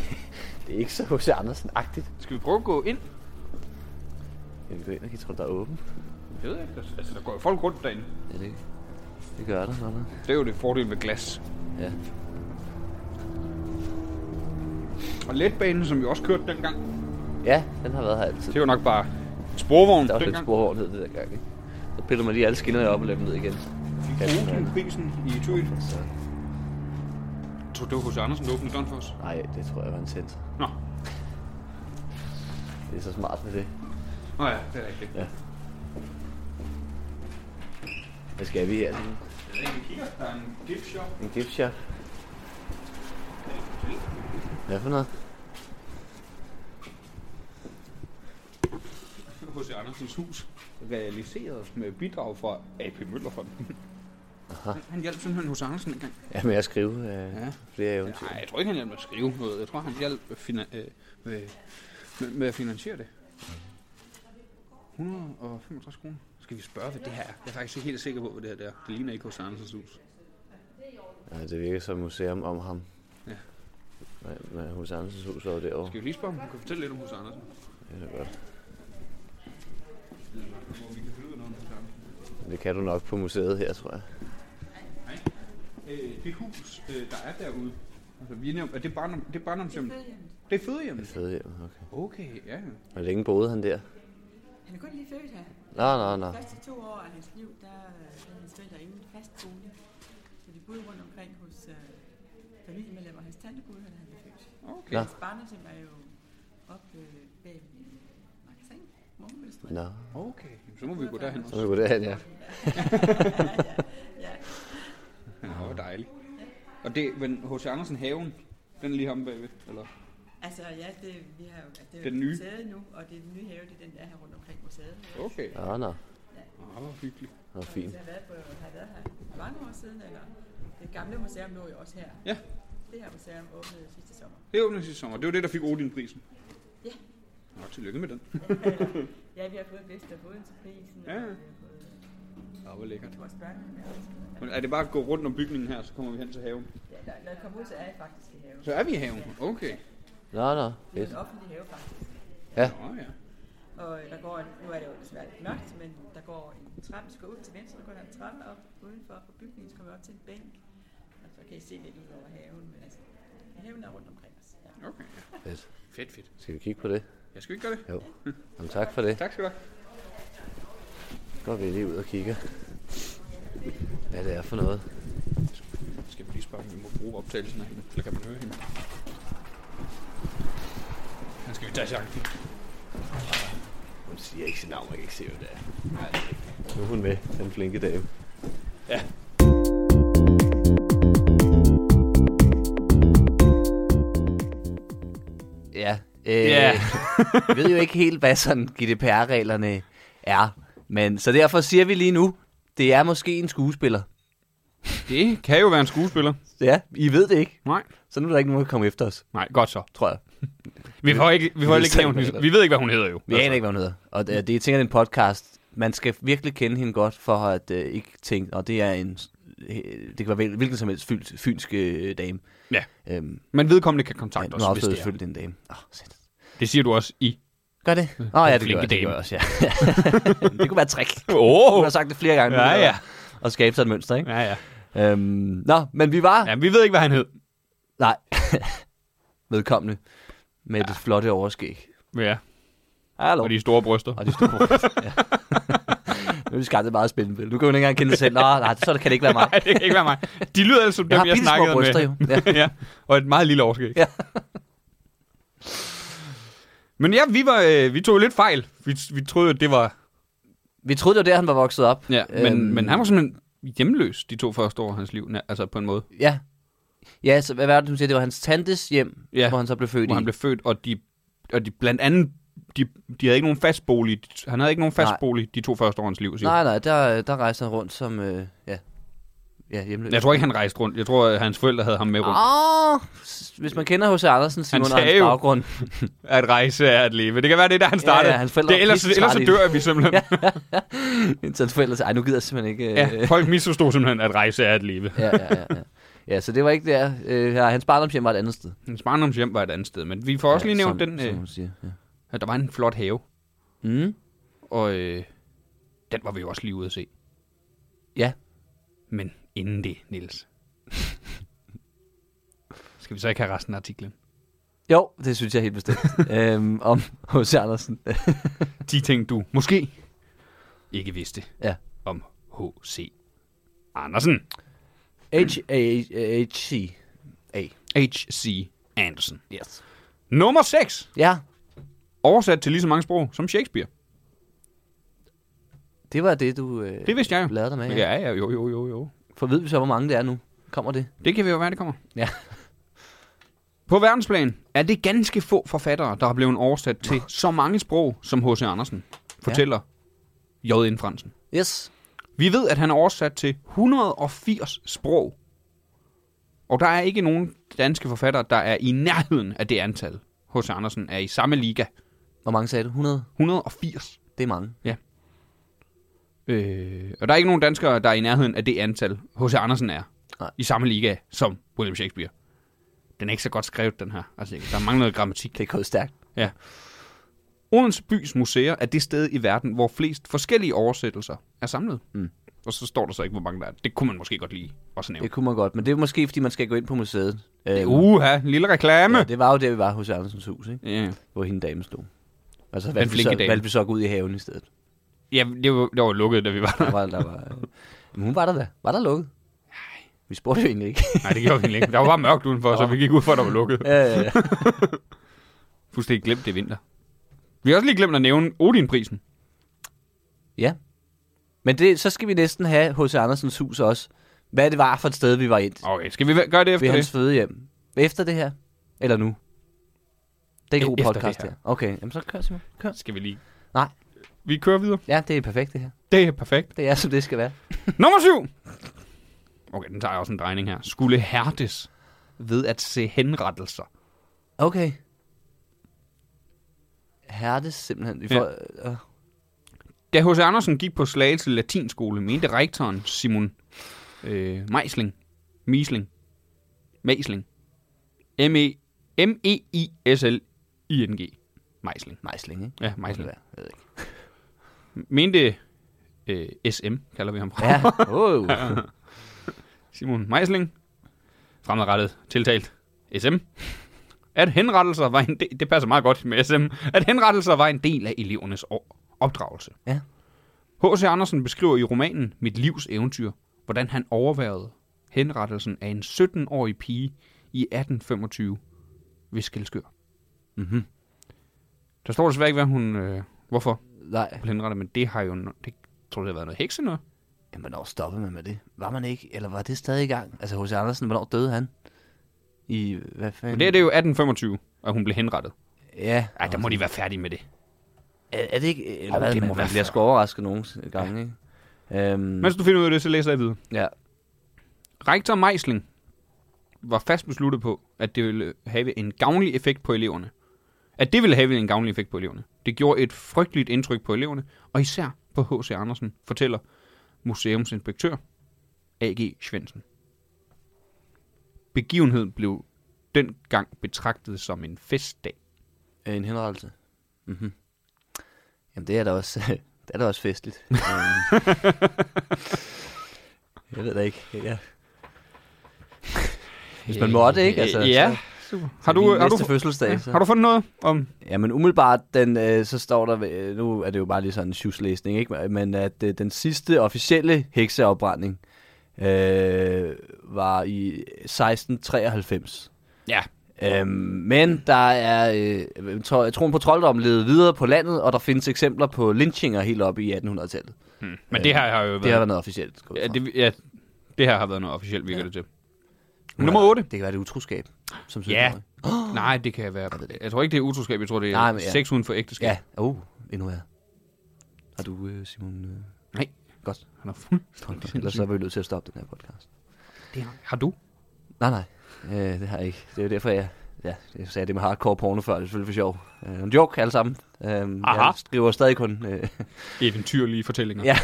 Det er ikke så H.C. Andersen-agtigt.
Skal vi prøve at gå ind?
Jeg vil gå ind og kigge, tror du, der er åben.
Jeg ved ikke. der- Altså, der går jo folk rundt derinde.
Ja, det, det gør der, sådan
Det er jo det fordel ved glas.
Ja.
Og letbanen, som vi også kørte dengang.
Ja, den har været her altid.
Det var nok bare sporvogn
Der var lidt
dengang.
sporhård ned det der gang, ikke? Så pillede man lige alle skinnerne op og lavede dem ned igen.
Prisen i 2001.
Så,
Tror du, det var H.C. Andersen, der åbnede døren for os?
nej, det tror jeg var en tændt.
Nå,
Det er så smart med det.
Nå ja, det er rigtigt.
Ja. Hvad skal vi her?
Jeg ved ikke, vi kigger. Der er en gift shop.
En gift shop? Hvad for noget?
H.C. Andersens hus realiseres med bidrag fra AP Møllerfonden. Han, han hjalp simpelthen hos Andersen engang.
Ja, med at skrive øh, ja.
Ja.
flere eventyr.
Nej, jeg tror ikke, han hjalp med at skrive noget. Jeg tror, han hjalp med, fina- øh, med, med, med at finansiere det. 165 kroner. Skal vi spørge, hvad det her er? Jeg er faktisk ikke helt sikker på, hvad det her det er. Det ligner ikke hos Andersens hus.
Nej, det virker som et museum om ham.
Ja.
Nej, men hos Andersens hus var jo derovre.
Skal vi lige spørge, om han kan fortælle lidt om hos Andersen?
Det er godt.
Hvor vi kan finde ud af noget om hos Andersen.
Men Det kan du nok på museet her, tror jeg.
Nej. Øh, det hus, øh, der er derude, altså, vi er, nævnt- er det barnum, det er barndomshjemmet? Det er fødehjemmet.
Fødehjem, okay.
Okay, ja.
Hvor længe boede han der?
Han er kun lige født her.
Nå, nå, nå.
De første to år af hans liv, der øh, havde hans forældre ingen fast bolig. Så de boede rundt omkring hos øh, familiemedlemmer. Hans tante boede her, da han blev født.
Okay.
Nå.
Hans barndomshjem er jo op øh, bag øh, magasin,
*laughs*
morgenmønstret.
Nå,
Okay, så må vi gå derhen
så
også.
er det goddag, ja.
ja, ja, ja.
Ja, hvor dejligt. Og det, men H.C. Andersen haven, den er lige ham bagved, eller?
Altså ja, det, vi har jo, altså, det er
Den
jo
nye.
museet nu, og det er den nye have, det er den der her rundt omkring museet.
Okay.
Nå, nå.
Ah, hvor hyggeligt.
Nå, fint.
Jeg har været, på, har været her for mange år siden, eller det gamle museum lå jo også her.
Ja.
Det her museum åbnede sidste sommer.
Det åbnede sidste sommer. Det var det, der fik Odin-prisen.
Ja.
Nå, tillykke med den.
Ja, vi har fået Vester til prisen.
Ja, ja.
Og, vi har fået,
Ja, hvor lækkert.
øh, vores børn.
Men er det bare at gå rundt om bygningen her, så kommer vi hen til haven?
Ja, når- når jeg kommer ud, så er jeg faktisk i haven.
Så er vi i haven. Okay.
Nå, nå.
Det er
Fedt.
en offentlig have faktisk.
Nå ja.
Og øh, der går, en- nu er det jo desværre lidt mørkt, men der går en trappe, så går ud til venstre, så går der en trappe op udenfor på bygningen, så kommer vi op til en bænk. Og så kan I se lidt ud over haven, men altså, haven er rundt omkring os. Ja.
Okay. ja.
Fedt.
Fedt, fedt.
Skal vi kigge på det?
Jeg skal vi ikke gøre det.
Jo. Jamen, tak for det.
Tak skal du have.
Så går vi lige ud og kigger. Hvad det er for noget.
Skal vi lige spørge, om vi må bruge optagelsen af hende? Eller kan man høre hende? Nu skal vi tage chancen.
Hun siger ikke sit navn, man kan ikke se, hvad det er. Nu er hun med, den flinke dame.
Ja.
Ja. Øh,
Ja.
jeg *laughs* ved jo ikke helt, hvad sådan GDPR-reglerne er. Men, så derfor siger vi lige nu, det er måske en skuespiller.
Det kan jo være en skuespiller.
Ja, I ved det ikke.
Nej.
Så nu er der ikke nogen, der kommer efter os,
Nej, godt så.
tror jeg.
Vi får ikke, vi får
ved
ikke
selv,
nævnt,
hvad
hende.
det
vi ved ikke, hvad hun hedder jo.
Vi aner ikke, hvad hun hedder. Og øh, det, det er tænker jeg, en podcast. Man skal virkelig kende hende godt, for at øh, ikke tænke, og det er en, det kan være hvil- hvilken som helst fyns, fynsk øh, dame.
Ja.
Øhm,
Men vedkommende kan
tak
kontakte
ja,
os,
nu
hvis
afslører
det er.
selvfølgelig den dame. Åh, oh,
Det siger du også i.
Gør det? Åh oh, ja, det
flinke
gør, jeg, det
dame.
gør jeg også, ja. *laughs* det kunne være et trick. Du
Åh!
har sagt det flere gange. nu,
Ja, ja.
Og skabe sig et mønster, ikke?
Ja, ja.
Ja. Øhm, nå, men vi var... Ja.
ja vi ved ikke, hvad han hed.
Nej. Vedkommende. Med ja. det flotte overskæg.
Ja,
Hallo.
og de store bryster. *laughs*
Og de store ja. *laughs* Nu er vi skabt et meget spændende billede. Nu kan hun ikke engang kende sig selv. Nå, nej, så kan det ikke være mig.
Nej, det kan ikke være mig. De lyder altså som dem,
Jeg har
jeg, snakkede
bittesmå bryster
med.
jo. Ja.
ja, og et meget lille overskæg.
Ja.
*laughs* Men ja, vi, var, øh, vi tog lidt fejl. Vi, vi troede, at det var...
Vi troede, det var der, han var vokset op.
Ja, men, øhm. men han var simpelthen hjemløs de to første år af hans liv, na- altså på en måde,
Ja. Ja, så hvad var det, du siger? Det var hans tantes hjem,
Ja.
hvor han så blev født
hvor
i.
han blev født, og de, og de blandt andet... De, de havde ikke nogen fast bolig. Han havde ikke nogen fast
Nej.
bolig de to første år af hans liv. Siger.
Nej, nej, der, der rejste han rundt som... Øh, ja. Ja, hjemløs.
Jeg tror ikke, han rejste rundt. Jeg tror, at hans forældre havde ham med rundt.
Åh, oh, hvis man kender H.C. Andersen, Simon,
Han
og hans
sagde jo-
baggrund.
At rejse er at leve. Det kan være, det er der, *laughs* han startede.
Ja, ja, hans forældre
det,
var
ellers,
pissetrætte
ellers
i
så
det.
dør vi
*laughs*
simpelthen. Ja.
Indtil *laughs* hans forældre sagde, "Ej, nu gider jeg simpelthen ikke... Øh,
Ja, folk misforstod simpelthen, at rejse er at leve.
ja, ja, ja, ja. ja, så det var ikke der. Øh, ja, hans barndomshjem var et andet sted.
Hans barndomshjem var et andet sted, men vi får også
ja,
lige nævnt,
som,
den,
Som
øh,
hun siger, ja.
at der var en flot have,
Mm,
og øh, den var vi jo også lige ude at se.
ja.
Men
*laughs*
inden det, Niels. Skal vi så ikke have resten af artiklen?
Jo, det synes jeg helt
*laughs*
bestemt. øhm, om H.C. Andersen.
De ting, du måske ikke vidste
Ja.
om H.C. Andersen.
H-A-H-C. A.
H.C. Andersen.
Yes.
Nummer 6.
Ja,
Oversat til lige så mange sprog som Shakespeare.
det var det, du øh,
Det vidste jeg jo.
lavede dig med. Ja.
Ja, ja, jo, jo, jo, jo.
For ved vi så, hvor mange det er nu? Kommer det?
Det kan vi jo være, det kommer.
Ja.
*laughs* På verdensplan er det ganske få forfattere, der har blevet oversat til så mange sprog som H.C. Andersen, fortæller ja. J.N. Fransen.
Yes.
Vi ved, at han er oversat til 180 sprog. Og der er ikke nogen danske forfattere, der er i nærheden af det antal. H.C. Andersen er i samme liga.
Hvor mange sagde du? 100?
180.
Det er mange.
Øh, og der er ikke nogen danskere, der er i nærheden af det antal, H.C. Andersen er.
Nej.
I samme liga som William Shakespeare. Den er ikke så godt skrevet, den her. Altså, der mangler noget grammatik.
Det er gået stærkt.
Ja. Odense Bys Museer er det sted i verden, hvor flest forskellige oversættelser er samlet.
Mm.
Og så står der så ikke, hvor mange der er. Det kunne man måske godt lige også nævne.
Det kunne man godt, men det er måske, fordi man skal gå ind på museet. Øh,
Uha, en lille reklame.
ja, det var jo der, vi var hos Andersens hus, ikke?
Ja,
hvor hende dame stod. Og så valgte, vi
flinke
så,
dame.
valgte vi så at gå ud i haven i stedet.
ja det, var, det var lukket, da vi var
Der
der.
var, der var,
*laughs*
øh, men hun var der da. Var der lukket? Nej. Vi spurgte jo egentlig ikke. *laughs*
Nej, det gjorde vi ikke. Der var bare mørkt udenfor, så vi gik ud for, at der var lukket.
øh,
Fuldstændig glemt det er vinter. Vi har også lige glemt at nævne Odin-prisen.
ja. Men det, så skal vi næsten have H.C. Andersens hus også. Hvad det var for et sted, vi var ind.
Okay, skal vi gøre det
ved
efter
hans
det?
fødehjem. Efter det her? Eller nu? Det er en
E-
god
efter
podcast,
det
det
her.
her. Okay, jamen så kør, Simon. Kør.
Skal vi lige...
Nej.
Vi kører videre.
Ja, det er perfekt, det her.
Det er perfekt.
Det er, som det skal være.
Nummer syv. Okay, den tager jeg også en drejning her. Skulle hertes ved at se henrettelser.
Okay. Hertes simpelthen. Vi
Ja.
får, ja. øh,
Da H.C. Andersen gik på Slagelse Latinskole, mente rektoren Simon øh, Meisling, Misling, Meisling, E, M-E- M-E-I-S-L-I-N-G, Meisling,
Mejsling, ikke?
ja,
Må det
Meisling,
være? Jeg ved ikke.
mente øh, SM, kalder vi ham fra,
*laughs* Ja, oh.
Simon Meisling, fremadrettet tiltalt SM, at henrettelser var en del, det passer meget godt med SM, at henrettelser var en del af elevernes år- opdragelse.
Ja.
H.C. Andersen beskriver i romanen Mit livs eventyr, hvordan han overværede henrettelsen af en 17-årig pige i 1825 ved Skelskør.
mm-hmm.
Der står desværre ikke, hvad hun, øh, hvorfor
Nej,
blev henrettet, men det har jo, no- det tror jeg, det har været noget hekse noget.
Jamen, hvornår stoppede man med det? Var man ikke, eller var det stadig i gang? Altså, H.C. Andersen, hvornår døde han? I, hvad fanden?
Men det, her, det er jo 1825, at hun blev henrettet.
Ja.
Ej, der må de være færdige med det.
Er, er det ikke, eller
Åh,
hvad?
det
Det
må
man, man
være
bliver
før.
sgu overrasket nogle gange, ikke? Øhm, Men...
Mens du finder ud af det, så læser jeg videre.
Ja.
Rektor Meisling var fast besluttet på, at det ville have en gavnlig effekt på eleverne. At det ville have en gavnlig effekt på eleverne. Det gjorde et frygteligt indtryk på eleverne, og især på H.C. Andersen, fortæller museumsinspektør A.G. Svendsen. Begivenheden blev dengang betragtet som en festdag.
Øh, En henrettelse. Mm-hmm. Jamen, det er da også, *laughs* det er da også
*laughs*
festligt. Øhm, jeg ved da ikke.
*laughs*
Ja. Hvis man måtte, ikke? Altså,
ja.
så-
Super.
så
Har, du,
min
har, du,
næste fødselsdag, så.
ja, har du fundet noget om...
Jamen umiddelbart, den, øh, så står der, øh, nu er det jo bare lige sådan en sjuslæsning, ikke? men at øh, den sidste officielle hekseopbrænding øh, var i 1693.
Ja,
Øhm, men der er øh, tro, troen på trolddom levet videre på landet, og der findes eksempler på lynchinger helt op i 1800-tallet.
hmm. men det her har jo været...
Det har været noget officielt. går jeg
Ja,
ud fra.
det, ja, det her har været noget officielt, virker ja. det til.
Nu er
Nummer
der-
8.
Det kan være det utroskab, som
Ja.
syvårig.
Nej, det kan være.
ved det
Jeg tror ikke, det er utroskab. Jeg tror, det er
Nej,
Nej,
men ja.
sex uden for ægteskab.
Ja, oh, endnu værre. Har du, øh, Simon... Øh...
Nej.
Godt.
Han er fuldstændig
Hold da, Ellers så
sindssyg.
er vi nødt til at stoppe den her podcast.
Det har- Har du?
Nej, nej. Øh, det har jeg ikke. Det er jo derfor, jeg, ja, jeg sagde det med hardcore porno før. Det er selvfølgelig for sjov. Øh, en joke, alle sammen. Øh,
Aha.
jeg skriver stadig kun. Øh,
Eventyrlige fortællinger.
ja.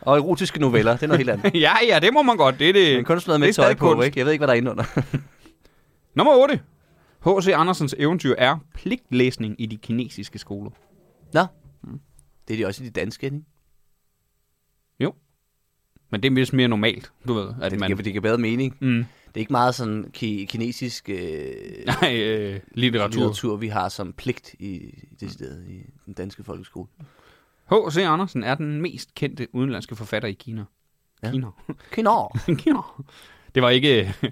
Og erotiske noveller, det er noget helt andet.
*laughs* ja, ja, det må man godt. Det er det.
Men kun sådan noget
det er
med tøj
stadig
på,
kunst.
ikke? Jeg ved ikke, hvad der er inde under.
Nummer 8. H.C. Andersens eventyr er pligtlæsning i de kinesiske skoler.
Nå. Det er de også i de danske, ikke?
Jo. Men det er vist mere normalt, du ved. At
det,
man,
giver, det giver bedre mening.
mm,
Det er ikke meget sådan ki- kinesisk øh,
*laughs* nej, øh, litteratur.
litteratur, vi har som pligt i,
Mm.
decideret, i den danske folkeskole.
H.C. Andersen er den mest kendte udenlandske forfatter i Kina.
Ja.
Kina.
Kinor!
Kina. Det var ikke øh,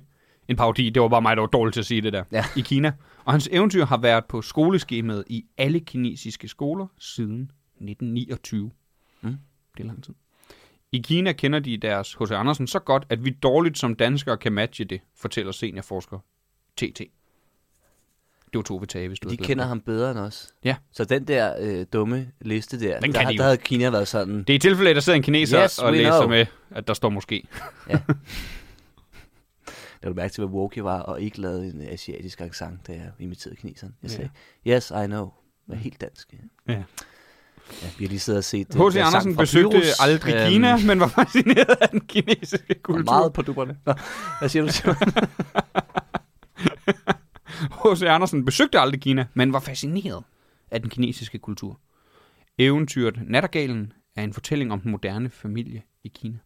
en parodi, det var bare mig, der var dårlig til at sige det der.
Ja.
I Kina. Og hans eventyr har været på skoleskemaet i alle kinesiske skoler siden 1929.
Mm.
Det er lang tid. I Kina kender de deres H.C. Andersen så godt, at vi dårligt som danskere kan matche det, fortæller seniorforsker TT. Det var Tove Tage, hvis du
*laughs* De
havde glemt
kender
det.
ham bedre end os.
Ja.
Så den der øh, dumme liste der,
Den
der,
kan de
har-
jo.
der havde Kina været sådan.
Det er i tilfælde, at der sidder en kineser
Yes,
yes, og
we
læser
know.
med, at der står måske.
Jeg du mærke til, hvad woke jeg var, og ikke lavede en asiatisk accent, da jeg imiterede kineseren. Jeg
Ja. Mm.
sagde, yes, I know. Jeg er helt dansk. Ja.
Ja.
ja vi har lige siddet og set... øh,
H.C.
den sang
Andersen
fra
besøgte
Pyrus.
aldrig
Øhm,
Kina, men var fascineret af den kinesiske
var
kultur.
Meget på dupperne. Nå, hvad siger du til
H.C. Andersen besøgte aldrig Kina, men var fascineret af den kinesiske kultur. Eventyret Nattergalen er en fortælling om den moderne familie i Kina.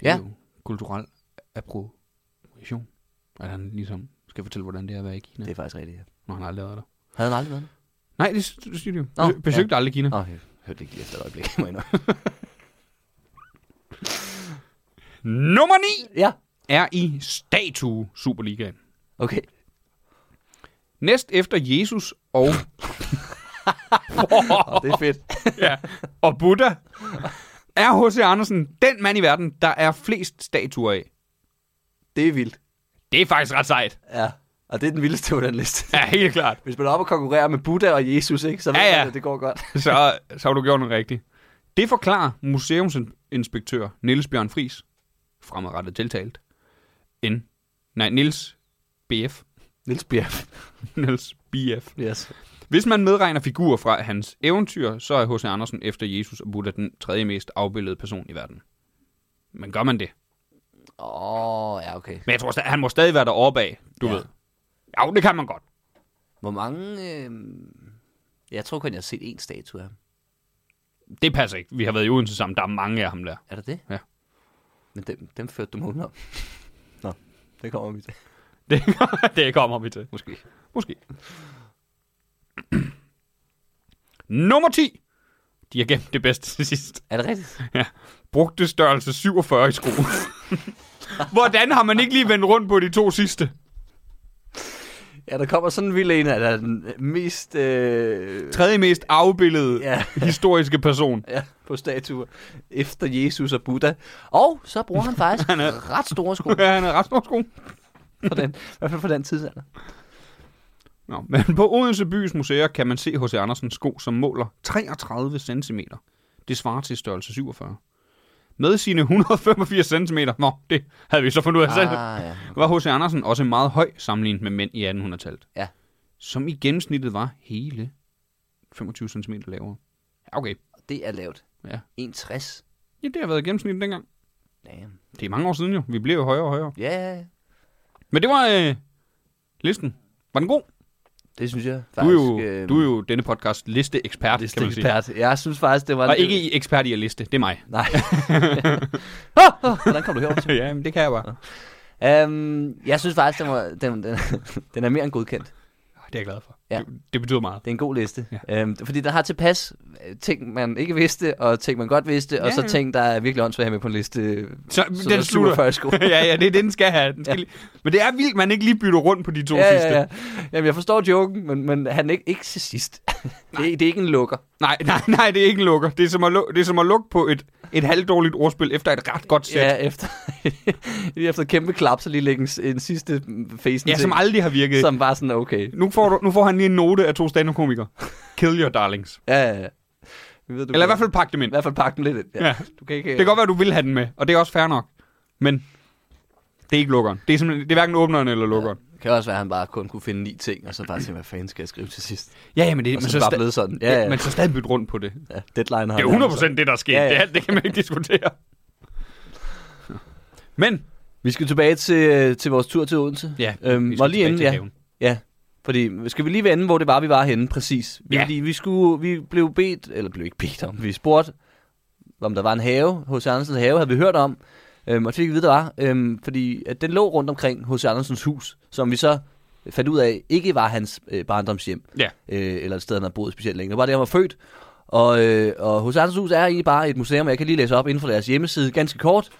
Det er
Ja.
jo kulturel appropriation. At han ligesom skal fortælle, hvordan det er at være i Kina,
*laughs* Det
det.
er faktisk rigtigt, ja.
når han aldrig har været der.
Havde han aldrig været der?
Nej, det s- det siger de jo.
Nå,
Besø- besøgte aldrig Kina.
Nå, jeg hørte det ikke lige efter et øjeblik. må jeg indrømme.
Nummer 9
*laughs* ja,
er i Statue Superligaen.
okay.
Næst efter Jesus og...
Det er fedt.
ja, og Buddha, er H.C. Andersen den mand i verden, der er flest statuer af.
Det er vildt.
Det er faktisk ret sejt.
Ja. Og det er den vildeste på den liste.
Ja, helt klart.
Hvis man er oppe og konkurrerer med Buddha og Jesus, ikke, så ved
Ja, ja.
man, at det går godt.
Så, så har du gjort noget rigtigt. Det forklarer museumsinspektør Niels Bjørn Fris, fremadrettet tiltalt, N. Nej, Niels BF.
Nils Bjerg.
*laughs* Niels BF.
*laughs* Yes.
Hvis man medregner figurer fra hans eventyr, så er H.C. Andersen efter Jesus og Buddha den tredje mest afbildede person i verden. Men gør man det?
Åh, oh, ja, okay.
Men jeg tror, sta- han må stadig være deroppe af, du
Ja.
ved. Jo, det kan man godt.
Hvor mange... Øh... Jeg tror kun, jeg har set én statue af ham.
Det passer ikke. Vi har været i Odense sammen. Der er mange af ham der. *laughs*
Er der det?
Ja.
Men dem, dem førte du mig udenom. *laughs* Nå, det kommer vi til.
Det, det kommer vi til.
Måske.
Måske. Nummer 10. De har gemt det bedste til sidst.
Er det rigtigt?
Ja. Brugte størrelse 47 i
*laughs*
sko. Hvordan har man ikke lige vendt rundt på de to sidste?
Ja, der kommer sådan en vild en, at der er den mest... Øh...
Tredje mest afbildede
Ja.
historiske
*laughs*
person.
ja, på statuer. Efter Jesus og Buddha. Og så bruger han faktisk
*laughs*
han er... ret store sko
Ja, han er ret stor sko.
på den. I hvert fald på den tidsalder.
Nå, *laughs* men på Odense Bys Museer kan man se H.C. Andersens sko, som måler 33 cm. Det svarer til størrelse 47. Med sine 185 cm, nå, det havde vi så fundet ud af selv,
Ah, ja.
var H.C. Andersen også meget høj sammenlignet med mænd i 1800-tallet.
Ja.
Som i gennemsnittet var hele 25 cm lavere. Ja, okay.
Det er lavt.
Ja.
1,60.
ja, det har været gennemsnittet dengang.
Damn.
Det er mange år siden jo. Vi bliver jo højere og højere.
Ja, ja, ja.
Men det var øh, listen. Var den god?
det synes jeg
Du er,
faktisk. øh,
jo, du er jo denne podcast listeekspert, kan man sige.
listeekspert. Jeg synes faktisk, det var...
Og ikke i ekspert i at liste, det er mig. *laughs*
Nej. Ah, ah, Hvordan kom du herover til?
ja, men det kan jeg bare.
Um, jeg synes faktisk, den, var, den, den, *laughs* den er mere end godkendt.
Det er jeg glad for.
Ja.
Det, det betyder meget.
Det er en god liste. Ja. Øhm, fordi der har tilpas øh, ting, man ikke vidste, og ting, man godt vidste, ja, og
Ja,
så
ja.
ting, der er virkelig åndssvagt at have med på en liste. øh,
Så,
Så
den
der
slutter.
først *laughs* sko.
*laughs* ja, ja, det er det, den skal have. Den skal
Ja.
ja. Men det er vildt, man ikke lige bytter rundt på de to
ja,
sidste.
ja, ja. Jamen, jeg forstår joken, men, men han er ikke, ikke til sidst. *laughs* det, er, det er ikke en lukker.
Nej, nej, nej, det er ikke en lukker. Det er som at, lu- det er som at lukke på et, et halvdårligt ordspil efter et ret godt sæt.
Ja,
Ja,
efter, *laughs* lige efter et kæmpe klap, så lige lægge en, s- en sidste facen
ja som aldrig har virket. Som...
som bare sådan, okay.
Nu, får du, nu får han lige en note af to stand-up-komikere. Kill your darlings.
Ja, ja, ja. Vi ved,
Eller
du
i
kan-
hvert fald pak dem
i
ind.
hvert fald pakke den lidt ind.
Ja.
Du kan ikke,
Det kan godt være, du vil have den med, og det er også fair nok. Men det er ikke lukkeren. Det er, simpelthen, det er hverken åbneren eller lukkeren.
Det øh, kan også være, at han bare kun kunne finde ni ting, og så bare sige, hvad fanden skal jeg skrive til sidst?
Ja, ja men det
Og så er det bare blevet sådan. Ja, ja.
Men så stadig bytte rundt på det.
ja deadline har
Det er
han altså.
100% det, der er sket.
Ja,
Ja,
ja.
ja. Det, er- det kan man ikke diskutere. Men,
Vi skal tilbage til, til vores tur til Odense.
ja,
øhm,
vi
var
skal
lige
tilbage
inden,
til
ja.
haven.
ja. Fordi, skal vi lige vende, hvor det var, vi var henne, præcis. Vi,
Ja.
Fordi vi, skulle, vi blev bedt, eller blev ikke bedt om, vi spurgte, om der var en have, H.C. Andersens have, havde vi hørt om, øhm, og det fik vi vide, der var, øhm, fordi at den lå rundt omkring H.C. Andersens hus, som vi så fandt ud af, ikke var hans øh, barndomshjem,
Ja.
øh, eller et sted, han har boet specielt længe. Det var der, han var født, og, øh, og H.C. Andersens hus er egentlig bare et museum, og jeg kan lige læse op inden for deres hjemmeside ganske kort.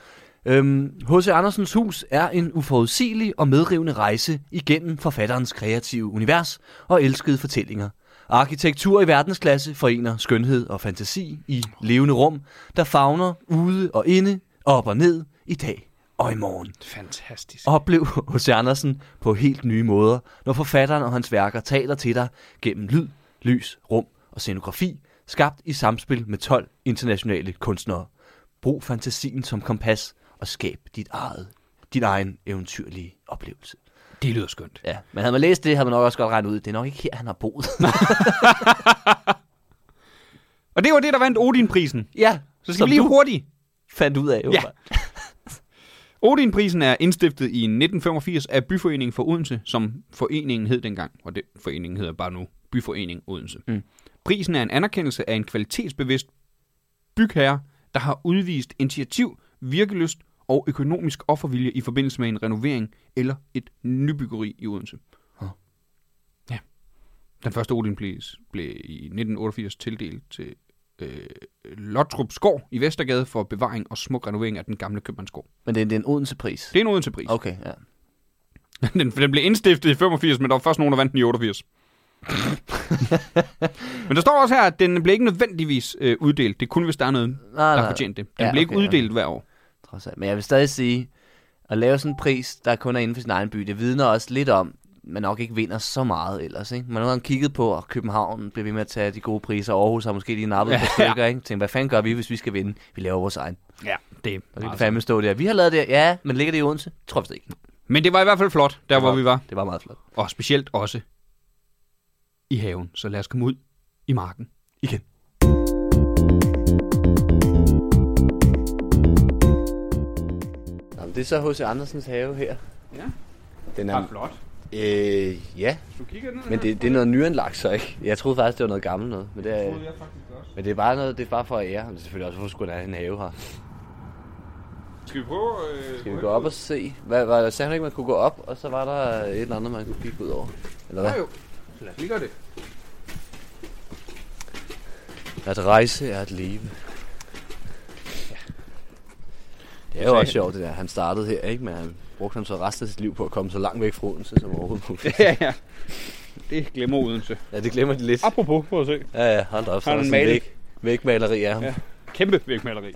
Øhm, H.C. Andersens hus er en uforudsigelig og medrivende rejse igennem forfatterens kreative univers og elskede fortællinger. Arkitektur i verdensklasse forener skønhed og fantasi i levende rum, der favner ude og inde, op og ned, i dag og i morgen.
Fantastisk.
*laughs* Oplev H.C. Andersen på helt nye måder, når forfatteren og hans værker taler til dig gennem lyd, lys, rum og scenografi, skabt i samspil med 12 internationale kunstnere. Brug fantasien som kompas og skab dit eget, din egen eventyrlige oplevelse.
Det lyder skønt.
Ja, men havde man læst det, havde man nok også godt regnet ud, det er nok ikke her, han har boet.
Og det var det, der vandt Odin-prisen.
*laughs* ja,
Så skal
som
vi lige
du
hurtigt.
fandt ud af. åbenbart.
Odin-prisen er indstiftet i 1985 af Byforeningen for Odense, som foreningen hed dengang, og det foreningen hedder bare nu Byforening Odense.
Mm.
Prisen er en anerkendelse af en kvalitetsbevidst bygherre, der har udvist initiativ, virkelyst og økonomisk offervilje i forbindelse med en renovering eller et nybyggeri i Odense.
Huh.
Ja. Den første Odin-pris blev i 1988 tildelt til øh, Lottrup Skov i Vestergade for bevaring og smuk renovering af den gamle købmandsgård.
Men det, det er en Odense-pris.
Det er en Odense-pris.
Okay, ja.
*laughs* Den, for den blev indstiftet i 85, men der var først nogen, der vandt den i *laughs* 88. men der står også her, at den blev ikke nødvendigvis øh, uddelt. Det er kun, hvis der er noget,
Nej,
der
nej.
har fortjent det. Den
Ja,
ja, blev ikke
okay,
uddelt hver år.
trods alt. Men jeg vil stadig sige, at lave sådan en pris, der kun er inden for sin egen by, det vidner også lidt om, at man nok ikke vinder så meget ellers. Ikke? Man har nogle gange kigget på, at København bliver ved med at tage de gode priser, og Aarhus har måske lige nappet
Ja.
på stykker. Ikke? Tænk, hvad fanden gør vi, hvis vi skal vinde? Vi laver vores egen.
Ja, det er
Og det kan
altså.
fandme stå der. Vi har lavet det, ja, men ligger det i Odense? Tror jeg vist ikke.
Men det var i hvert fald flot, der hvor
var-
vi var.
Det var meget flot.
Og specielt også i haven. Så lad os komme ud i marken.
Igen. Jamen, det er så H.C. Andersens have her.
Ja,
Den
flot.
øh, ja,
Hvis du kigger ned
men det, det er noget nyanlagt så, ikke? Jeg troede faktisk, det var noget gammelt noget. Men det er,
jeg faktisk også.
Men det er bare noget, det er bare for at ære ham. Det er selvfølgelig også, hvorfor skulle der have en have her?
Skal vi prøve... Øh,
Skal vi gå op og se? Hvad, var der sagde han ikke, man kunne gå op, og så var der et eller andet, man kunne kigge ud over? Eller hvad?
jo. Lad os lige gøre det.
At rejse er at leve. Det er
sagde
jo også
han.
sjovt, det der. Han startede her, ikke? Men han brugte han så resten af sit liv på at komme så langt væk fra Odense som overhovedet
*laughs*
muligt.
ja, ja. Det glemmer Odense.
*laughs* Ja, det glemmer de lidt.
Apropos, prøv at se.
Ja, ja, hold da op. Så
Har
er
han
der
en
sådan
maling?
væg, vægmaleri af ham
Ja. Kæmpe vægmaleri.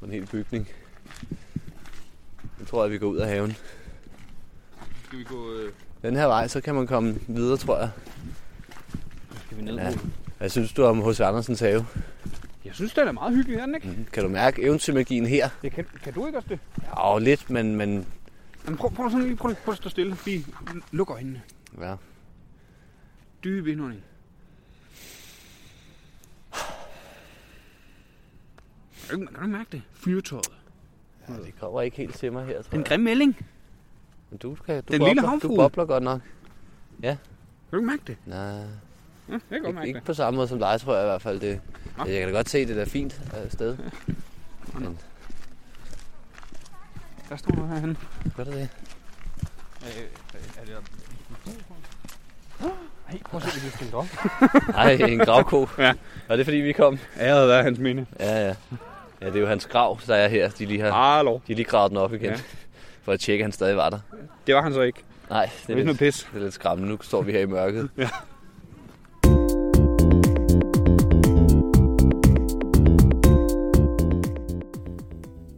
på en hel bygning. Nu tror jeg, vi går ud af haven.
Skal vi gå... Øh,
Den her vej, så kan man komme videre, tror jeg.
skal vi
Ja. Hvad synes du om H.C. Andersens have?
Jeg synes, den er meget hyggelig, er den ikke?
Kan du mærke eventyrmagien her?
Det kan, kan du ikke også det?
Ja, lidt, men, men
Men prøv, prøv, sådan lige, prøv, prøv at stå stille. Lige luk øjnene.
ja.
Dybe indånding. Kan du, kan du mærke det? Fyrtøjet.
ja, det kommer ikke helt til mig her, tror
Den
jeg.
grimme melding.
Men du, kan, du,
Den
bobler,
lille
du
havfrue.
bobler godt nok.
Kan du ikke mærke det?
Nej,
Ja, jeg kan godt
ikke,
mærke
ikke
det.
på samme måde som dig, tror jeg i hvert fald. Det,
Nå.
jeg kan da godt se, det der fint
*laughs*
øh, sted. Men,
Der står noget herhenne.
gør det det?
Øh, er det Nej, prøv at se, det bliver stillet op.
Nej, en gravko.
Ja.
Var det fordi, vi kom?
Æret er hans minde.
Ja, ja. Ja, det er jo hans grav, der er her. De lige har,
Hallo.
de har lige gravet den op igen.
Ah. Ja.
*laughs* For at tjekke, at han stadig var der.
Det var han så ikke.
Nej, det
Det
er,
er ikke
lidt,
noget pis.
det er lidt skræmmende. Nu står vi her i mørket.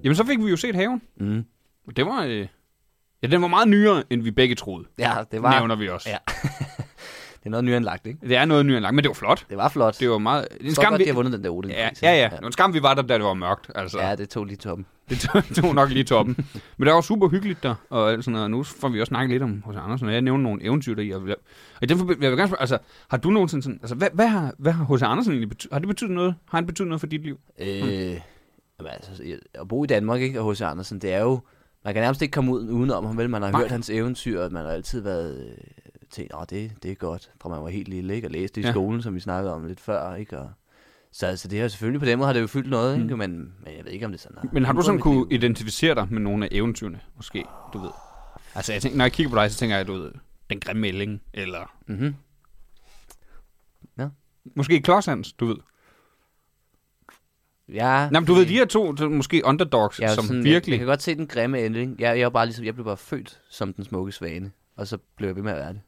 Jamen, så fik vi jo set haven.
Mm.
Og Det var... Øh... Ja, den var meget nyere, end vi begge troede.
Ja, det var,
Nævner vi også.
Ja. det er noget nyanlagt, ikke?
Det er noget nyanlagt, men det var flot.
Det var flot.
Det var meget... Det er en
Så
skam,
godt,
vi...
de har vundet den der Odin.
Ja, ja, ja. Det var en skam, vi var der, da det var mørkt. Altså,
Ja,
ja.
det tog lige toppen.
det, tog, det tog nok lige toppen. men det var super hyggeligt der, og alt sådan noget. Nu får vi også snakket lidt om hos Andersen, og jeg nævner nogle eventyr der i. Og, og i den forbi- jeg vil gerne spørge, altså, har du nogensinde sådan... Altså, hvad, hvad, har, hvad har H.C. Andersen egentlig betydet? Har det betydet noget? Har han betydet noget for dit liv?
Øh, jamen, altså, at bo i Danmark, ikke, og H.C. Andersen, det er jo... Man kan nærmest ikke komme ud udenom ham, vel? Man har
Nej.
hørt hans eventyr, og man har altid været øh, tænkt, åh, det, det er godt, fra man var helt lille, ikke? Og læste det i
Ja.
skolen, som vi snakkede om lidt før, ikke? Og Så altså, det har selvfølgelig på den måde har det jo fyldt noget, ikke? Men, men jeg ved ikke, om det sådan har.
Mm. Men har du
ændret
sådan
mit
kunne
liv.
identificere dig med nogle af eventyrene, måske, du ved? Altså, jeg tænker, når jeg kigger på dig, så tænker jeg, du ved, den grimme melding, eller
Mhm.
måske Klodshands, du ved.
Ja,
Nej, men du ved, de her to, så måske underdogs,
Ah, jeg er jo
som
sådan, Jeg, jeg
virkelig...
kan godt se den grimme ende, ikke? Jeg, jeg, var bare ligesom, jeg blev bare født som den smukke svane, og så blev jeg ved med at være det.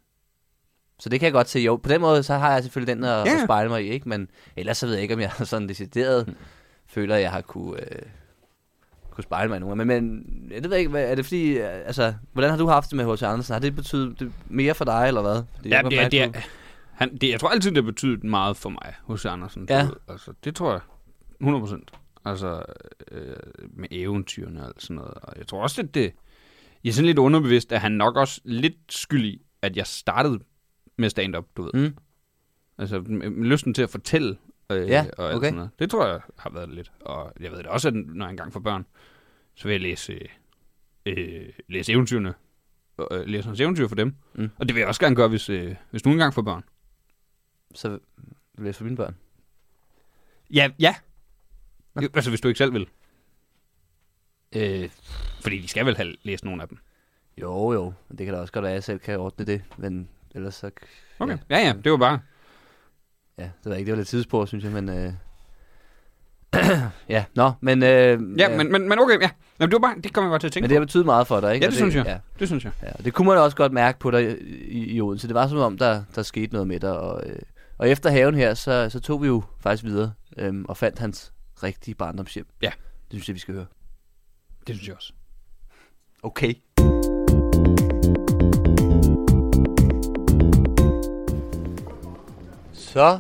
Så det kan jeg godt se. Jo, på den måde, så har jeg selvfølgelig den at, ja.
Ja.
at spejle mig i, ikke? Men ellers så ved jeg ikke, om jeg *laughs* sådan decideret føler, at jeg har kunne, øh, kunne spejle mig i nogen. Men, men jeg ved jeg ikke, hvad, er det fordi, øh, altså, hvordan har du haft det med H.C. Andersen? Har det betydet det mere for dig, eller hvad? Fordi jeg
Ja,
kan
det, er, det,
mærke, du-
er, han, det, jeg tror altid, det har betydet meget for mig, hos Andersen. du
Ja.
ved. Altså, det tror jeg 100 procent. Altså, øh, med eventyrene og alt sådan noget. Og jeg tror også, at det... Jeg er sådan lidt underbevidst, at han nok også lidt skyldig, at jeg startede med stand-up, du ved.
Mm.
Altså, m- m- lysten til at fortælle øh,
Ja,
og alt
okay.
sådan noget. Det tror jeg har været lidt. Og jeg ved det også, at når jeg engang får børn, så vil jeg læse, øh, øh, læse eventyrene. Øh, læse hans eventyr for dem.
Mm.
Mm. Og det vil jeg også gerne gøre, hvis, øh, hvis du engang får børn.
Så vil jeg for mine børn.
Ja, ja. Jo, altså, hvis du ikke selv vil. Øh, fordi de skal vel have læst nogle af dem.
Jo, jo. Det kan da også godt være, at jeg selv kan ordne det. Men ellers så...
Okay. Ja, ja, det var bare...
Ja, det ved jeg ikke. Det var lidt tidsspor, synes jeg, men... Øh... *clears throat* ja, nå, men... Øh,
Ja, men, men, men okay, ja. Jamen, det var bare... Det kommer jeg bare til at tænke
men det har betydet meget for dig, ikke?
Ja,
Og
det synes jeg.
Ja,
på. Det synes jeg.
ja, og det kunne man også godt mærke på dig i, i Odense. Det var som om, der, der skete noget med dig. Og, øh, og efter haven her, så, så tog vi jo faktisk videre øh, og fandt hans rigtige barndomshjem.
Ja.
Det synes jeg, vi skal høre.
Det synes jeg også.
Okay. Så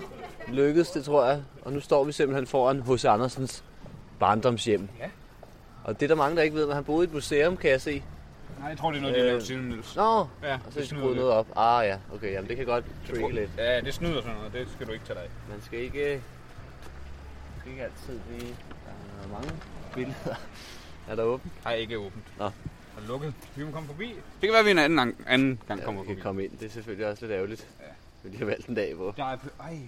lykkedes det, tror jeg. Og nu står vi simpelthen foran H.C. Andersens barndomshjem.
Ja.
Og det er der mange, der ikke ved, men han boede i et museum, kan jeg se.
Nej, jeg tror, det er
noget, de har lavet
siden, Niels.
Nå,
Ja,
og så er de skruet noget op. Ah ja, okay, jamen det kan godt trigge lidt.
Ja, det snyder sådan noget. Det skal du ikke tage dig
Man skal ikke, man skal ikke altid blive... Der er mange billeder. *laughs* Er der åbent?
Nej, ikke åbent.
Nå.
Og lukket. Vi må komme forbi. Det kan være, at vi en anden, gang- anden gang kommer
vi kan
forbi.
komme ind. Det er selvfølgelig også lidt ærgerligt. Ja. Men de har valgt en dag, hvor...
Der er, ej,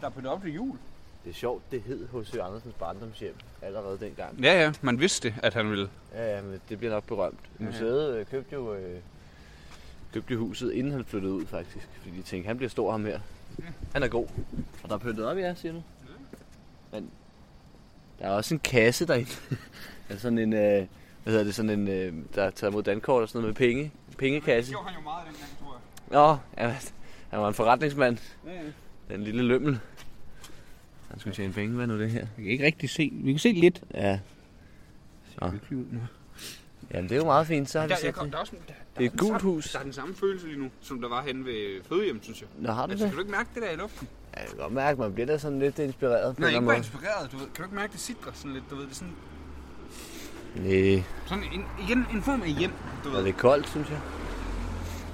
der er pyntet op til jul.
Det er sjovt, det hed H.C. Andersens barndomshjem allerede dengang.
Ja, ja, man vidste, at han ville.
Ja, ja, men det bliver nok berømt. Museet øh, købte jo øh, købte jo huset, inden han flyttede ud faktisk. Fordi de tænkte, han bliver stor ham her. Han er god. Og der er pyntet op, ja, siger du? Men der er også en kasse derinde. *laughs* der er sådan en, øh, hvad hedder det, sådan en, øh, der tager mod dankort og sådan noget med penge. Pengekasse.
han jo meget dengang, tror jeg.
Nå, ja, han var en forretningsmand.
Ja, ja.
Den lille lømmel. Han skulle tjene penge, hvad nu det her?
Vi kan ikke rigtig se. Vi kan se lidt.
Ja, Jamen, det er jo meget fint, så har vi
Der, jeg
set
kom,
det.
der er også, der, der
Det er
den
et gult
samme-
hus.
Der er den samme følelse lige nu, som der var henne ved fødehjem, synes jeg.
Nå, har du
Altså, kan
det?
du ikke mærke det der i luften?
Ja, jeg kan godt mærke, man bliver da sådan lidt inspireret på
Nej,
en
ikke
eller
bare
anden
inspireret, du ved. Kan du ikke mærke det sidder sådan lidt, du ved. Det er sådan,
måde. Næh,
sådan en, igen, en form af hjem, du ved.
og det er koldt, synes jeg.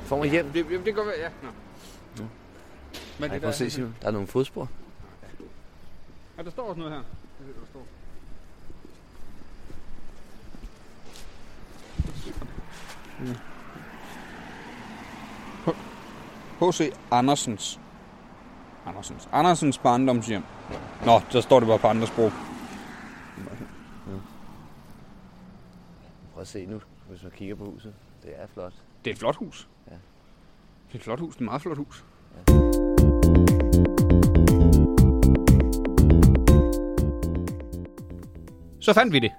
Får mig hjem.
Det, jamen, det kan godt være, ja. Nå. Men
Ej, prøv at se, Simon. Der er nogle fodspor.
Ja, der står også noget her. Jeg ved, hvad der står. H.C. Andersens. Andersens. Andersens barndomshjem. Nå, så står det bare på andre sprog.
Prøv at se nu, hvis man kigger på huset. Det er flot.
Det er et flot hus.
Ja.
Det er et flot hus. Det er et meget flot hus. Så fandt vi det.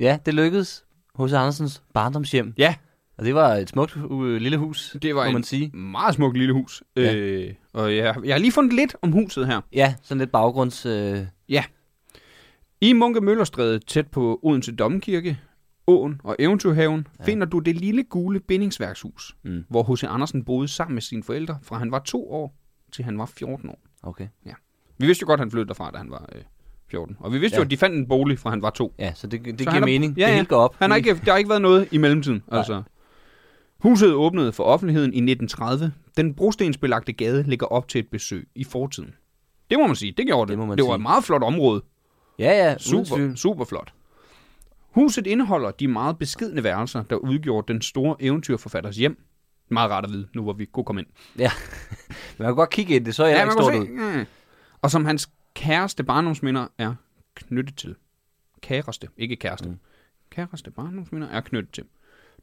Ja, det lykkedes. H.C. Andersens barndomshjem.
Ja,
Og det var et smukt øh, lille hus,
det var
må
en
man sige.
meget smukt lille hus.
Ja.
Ja. Øh, og jeg, jeg har lige fundet lidt om huset her.
Ja, sådan lidt baggrunds... Øh,
I Munke Møllerstræde, tæt på Odense Domkirke, Åen og Eventyrhaven, ja. finder du det lille gule bindingsværkshus,
Mm.
mm. hvor H.C. Andersen boede sammen med sine forældre, fra han var to år til han var 14 år.
okay.
Vi vidste jo godt, at han flyttede derfra, da han var øh, 14. Og vi vidste
Ja.
ja. jo, at de fandt en bolig, fra han var to.
Ja, så det, det
Så
giver
han er-
mening.
ja,
Det
ja.
hele går op.
Han har ikke, der har ikke været noget i mellemtiden. Altså. Huset åbnede for offentligheden i 1930. Den brostensbelagte gade ligger op til et besøg i fortiden. Det må man sige, det gjorde det.
Det må man
det var
sige.
et meget flot område.
Ja, ja, uden
Super,
tvivl.
super flot. Huset indeholder de meget beskidende værelser, der udgjorde den store eventyrforfatters hjem. Meget rart at vide, nu hvor vi kunne komme ind.
Ja. man kan godt kigge ind, det så er jeg ja, ikke
man
stort
kunne
ud.
se. Mm. Og som hans kæreste barndomsminder er knyttet til. Kæreste, ikke kæreste. Mm. Kæreste barndomsminder er knyttet til.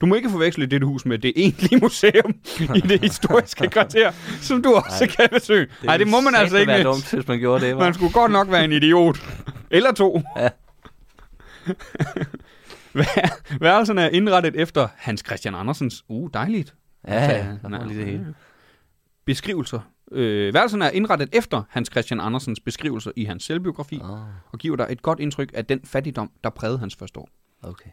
Du må ikke forveksle dette hus med det egentlige museum i det historiske kvarter, som du også
Ej.
kan besøge. Nej, det må man altså ikke.
Det
Niels.
ville satme være dumt, hvis man gjorde det,
Man
var.
skulle godt nok være en idiot. Eller to. *laughs*
Ja.
Vær- Værelserne er indrettet efter Hans Christian Andersens. Uh, dejligt.
Ja,
Så-
ja, der var lige det hele.
Beskrivelser. Øh, værelserne er indrettet efter Hans Christian Andersens beskrivelser i hans selvbiografi,
Åh,
og giver dig et godt indtryk af den fattigdom, der prægede hans første år.
okay.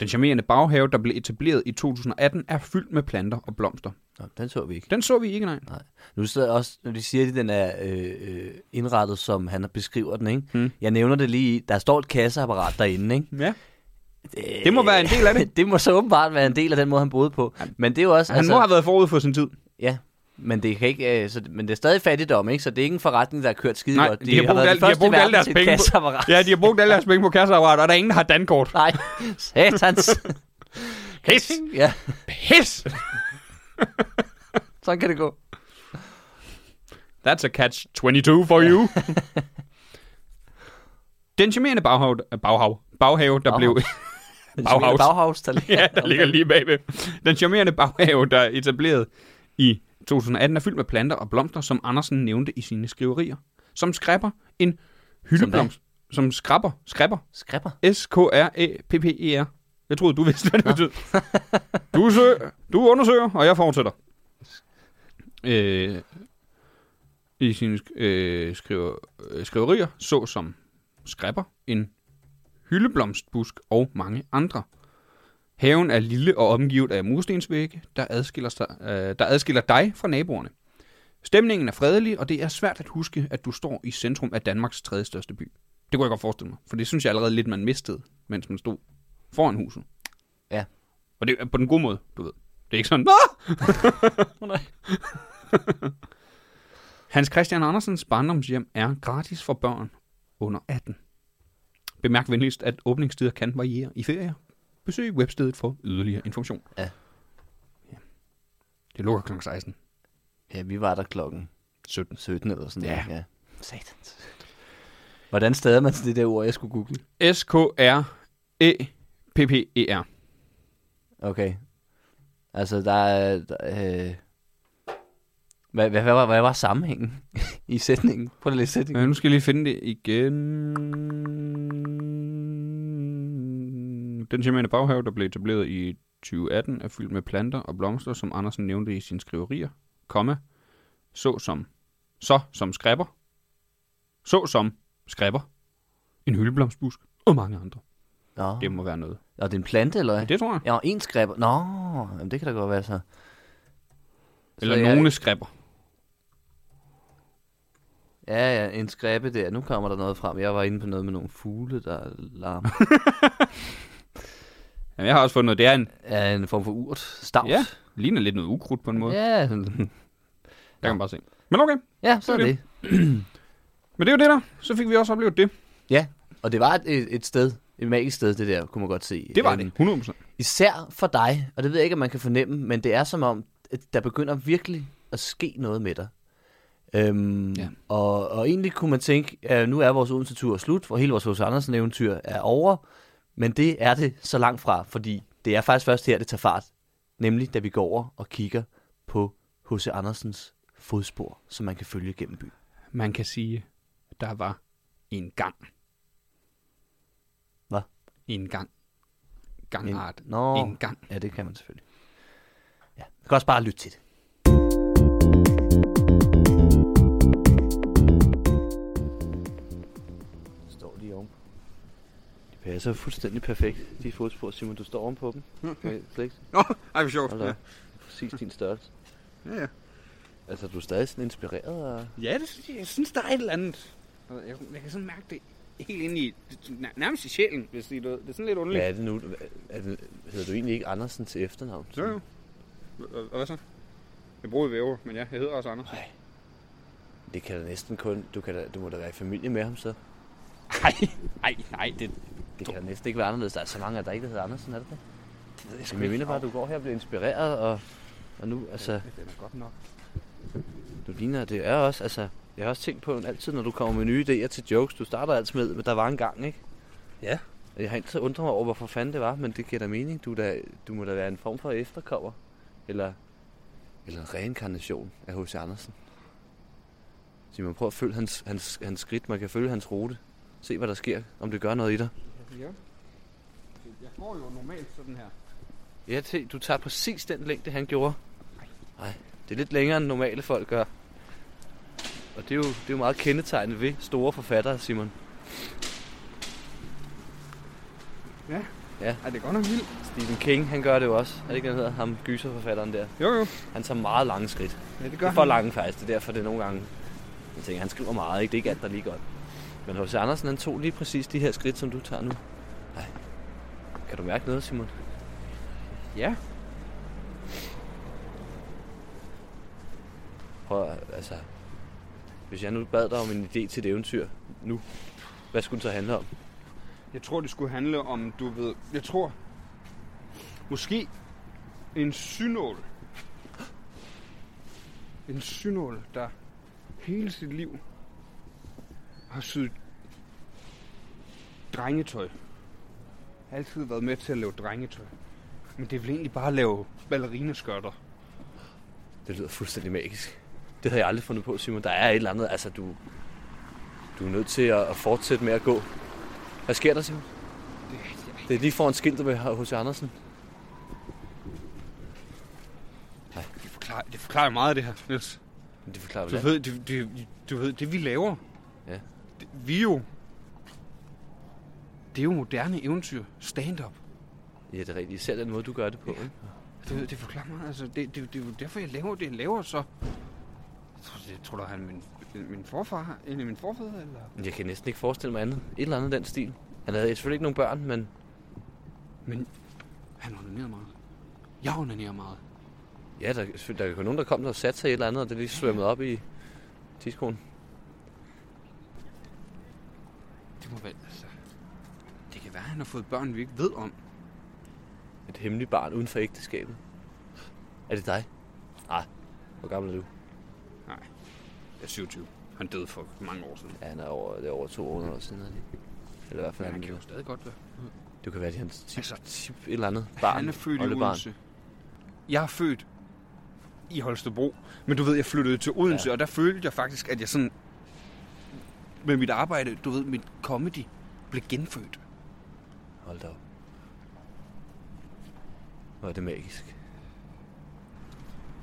Den charmerende baghave, der blev etableret i 2018, er fyldt med planter og blomster.
Nå, den så vi ikke.
Den så vi ikke, nej.
Nej. Nu sidder jeg også, når de siger, at den er øh, øh, indrettet, som han beskriver den, ikke?
Mm.
Jeg nævner det lige, i- der står et kasseapparat derinde, ikke?
Ja. Det må være en del af det.
*laughs* det må så åbenbart være en del af den måde, han boede på. Men det er jo også... altså,
Han må have været forud for sin tid.
Ja, men det, kan ikke, øh, så, men det er stadig fattigdom, ikke? Så det er ikke en forretning, der har kørt skide
Nej,
godt.
de har brugt,
været
al,
den
de har
første i
brugt alle
verden
deres
til et
penge på,
kasseapparat.
ja, de har brugt alle deres penge på kasseapparater, og der er ingen, der har dankort.
Nej,
*laughs*
satans.
Pis!
ja,
Pis!
sådan kan det gå.
That's a catch 22 for
*laughs*
you. Den charmerende baghave, baghave, baghave der
Bauhaus.
blev... Bauhaus.
Bauhaus, der
*laughs*
ligger.
ja, der ligger lige bagved. Den charmerende baghave, der er etableret i 2018, er fyldt med planter og blomster, som Andersen nævnte i sine skriverier. Som skræpper en hyldeblomst. Som skrapper, skræpper,
Skrapper.
S-K-R-E-P-P-E-R. E Jeg troede, du vidste, hvad det betød. Du, sø, du undersøger, og jeg fortsætter. Øh, I sine sk- øh, skriver, øh, skriverier, såsom skræpper, en hyldeblomstbusk og mange andre. Haven er lille og omgivet af murstensvægge, der adskiller, sig, øh, der adskiller dig fra naboerne. Stemningen er fredelig, og det er svært at huske, at du står i centrum af Danmarks tredje største by. Det kunne jeg godt forestille mig, for det synes jeg allerede lidt, man mistede, mens man stod foran huset.
Ja.
Og det er på den gode måde, du ved. Det er ikke sådan, Nå! Hans Christian Andersens barndomshjem er gratis for børn under 18. Bemærk venligst, at åbningstider kan variere i ferier. Besøg webstedet for yderligere information.
Ja.
Ja. Det lukker kl. 16.
Ja, vi var der klokken
17.
17 eller sådan
Ja.
noget. ja. Satans. Hvordan stadig man til det der ord, jeg skulle google?
E S-K-R-E-P-P-E-R.
Okay. Altså, der er... Der, øh... hvad, hvad, hvad, var, hvad var sammenhængen *laughs* i sætningen? Prøv lige at læse sætningen.
Øh, nu skal jeg lige finde det igen. Den charmerende baghave, der blev etableret i 2018, er fyldt med planter og blomster, som Andersen nævnte i sine skriverier, komma, så som, så som skræpper, så som skræpper, en hyldeblomstbusk og mange andre.
Nå.
Det må være noget.
Og det er en plante, eller hvad?
Det tror jeg.
Ja, en skræber. Nå, jamen, det kan da godt være så.
Eller
så jeg-
nogle skræpper.
Ja, ja, en skræbe der. Nu kommer der noget frem. Jeg var inde på noget med nogle fugle, der larmer. *laughs*
Jamen, jeg har også fundet noget. Det er en,
ja, en form for urt. Stavt.
ja, ligner lidt noget ukrudt på en måde.
ja.
Der kan man bare se. Men okay,
ja så er
Det er
det.
men det er jo det der. Så fik vi også oplevet det.
Ja, og det var et, et, et sted. Et magisk sted, det der, kunne man godt se.
Det var
Øhm,
det, 100%.
Især for dig, og det ved jeg ikke, om man kan fornemme, men det er som om, at der begynder virkelig at ske noget med dig. Øhm,
Ja.
ja. og, og egentlig kunne man tænke, at nu er vores Odense-tur slut, hvor hele vores Hos Andersen-eventyr er over, men det er det så langt fra, fordi det er faktisk først her, det tager fart. Nemlig, da vi går over og kigger på H.C. Andersens fodspor, som man kan følge gennem byen.
man kan sige, der var en gang.
Hvad?
En gang. Gangart. En,
nå.
en gang.
Ja, det kan man selvfølgelig. Ja, man kan også bare lytte til det. Står de ovenpå? De passer fuldstændig perfekt, de fodspor, Simon. Du står ovenpå dem. Okay. Slet ikke.
Nå, ej, hvor sjovt.
Hold da. op. Præcis din størrelse.
Ja, ja.
Altså, du er stadig sådan inspireret af...
ja det synes jeg, jeg synes, der er et eller andet. Jeg, jeg, jeg kan sådan mærke det helt ind i, nær- nærmest i sjælen, hvis I ved. Det er sådan lidt
Hvad
underligt.
er det nu? Er det, hedder du egentlig ikke Andersen til efternavn?
Jo, jo. Og- Og hvad så? Jeg bruger væver, men ja, jeg hedder også Anders.
Det kan da næsten kun... Du, kan da, du må da være i familie med ham, så.
Nej, nej, nej, det,
Det kan da næsten ikke være anderledes. Der er så mange af dig, der hedder Andersen, er det det?
det ved jeg
Jeg mener bare, du går her og bliver inspireret, og, og nu, altså...
Den er godt nok.
Du ligner, det er også, altså... Jeg har også tænkt på, at altid når du kommer med nye idéer til jokes, du starter altid med, men der var en gang, ikke?
Ja.
Og Jeg har altid undret mig over, hvorfor fanden det var, men det giver da mening. Du, er da, du må da være en form for efterkommer. Eller, eller en reinkarnation af H.C. Andersen. Så man prøver at følge hans, hans, hans skridt. Man kan følge hans rute. Se, hvad der sker. Om det gør noget i dig.
Ja. Jeg går jo normalt sådan her.
Ja, se, du tager præcis den længde, han gjorde. Nej, det er lidt længere end normale folk gør. Og det er jo, det er jo meget kendetegnende ved store forfattere, Simon.
Er det godt nok vildt?
Stephen King, han gør det jo også. Er det ikke, han hedder? Ham gyserforfatteren der.
Jo, jo.
Han tager meget lange skridt.
Ja, det
Det
gør
er for
han.
lange faktisk, det er derfor, det er nogle gange... Jeg tænker, han skriver meget, ikke? Det er ikke alt, der er lige godt. Men H.C. Andersen, han tog lige præcis de her skridt, som du tager nu. Ej. Kan du mærke noget, Simon?
Ja.
Prøv at- altså... Hvis jeg nu bad dig om en idé til et eventyr nu, hvad skulle det så handle om?
Jeg tror, det skulle handle om, du ved... Jeg tror... Måske en synål. En synål, der hele sit liv har syet drengetøj. Har altid været med til at lave drengetøj. Men det er vel egentlig bare at lave ballerinaskørter.
Det lyder fuldstændig magisk. Det havde jeg aldrig fundet på, Simon. Der er et eller andet, altså du... Du er nødt til at, at fortsætte med at gå. Hvad sker der, Simon?
Det,
Det er lige foran skiltet med H.C. Andersen.
det, forklarer, det forklarer meget af det her, Niels.
Men Det forklarer
Du
vel alt.
ved, det, det, du ved, det vi laver.
Ja.
Det, vi er jo... Det er jo moderne eventyr. Stand-up.
Ja, det er rigtigt. Især den måde, du gør det på. Ikke?
Du ved, det forklarer mig. Altså, det, det, det er jo derfor, jeg laver det, jeg laver så. Jeg tror, jeg tror du, han er min, min forfar, en af mine forfædre, eller?
Jeg kan næsten ikke forestille mig andet. Et eller andet i den stil. Han havde selvfølgelig ikke nogen børn, men
Men han onanerer meget. Jeg onanerer meget.
ja, der, der er jo nogen, der kom der og satte sig i et eller andet, og det lige svømmede op i tidskolen.
Det må være, altså... Det kan være, han har fået børn, vi ikke ved om.
Et hemmeligt barn uden for ægteskabet. Er det dig? Nej. Hvor gammel er du?
Jeg er 27. Han døde for mange år siden.
Ja, han er over, det er over 200 år siden. er det ikke? Eller i hvert fald,
Men han
han,
kan jo
han
stadig godt være.
Det kan være, det er hans tip,
Altså,
tip et eller andet barn.
han er født i
oldebarn.
Odense. Jeg er født i Holstebro. Men du ved, jeg flyttede til Odense, ja.
Ja.
og der følte jeg faktisk, at jeg sådan... Med mit arbejde, du ved, mit comedy blev genfødt.
Hold da op. Hvor er det magisk.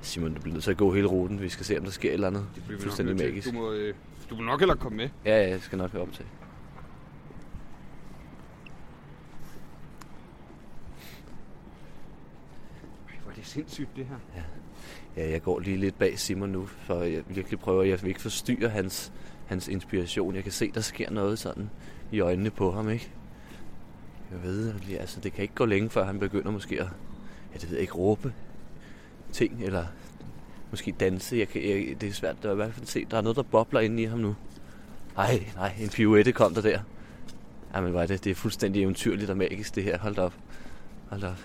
Simon, du bliver nødt til at gå hele ruten. Vi skal se, om der sker et eller andet.
Det bliver vi nok
Fuldstændig
nødt til.
magisk.
Du må, øh, du må nok heller komme med.
Ja, ja, jeg skal nok op til.
Ej, hvor er det sindssygt, det her.
Ja, jeg går lige lidt bag Simon nu, for jeg virkelig prøver, jeg vil ikke forstyrre hans, hans inspiration. Jeg kan se, der sker noget sådan i øjnene på ham, ikke? Jeg ved, at lige- altså, det kan ikke gå længe, før han begynder måske at, ja, det ved jeg ikke, råbe ting, eller måske danse. Jeg kan, jeg, det er svært, at i hvert fald se, der er noget, der bobler inde i ham nu. Ej, nej, en pirouette kom der der. Ej, men var det, det er fuldstændig eventyrligt og magisk, det her. Hold da op. Hold da op.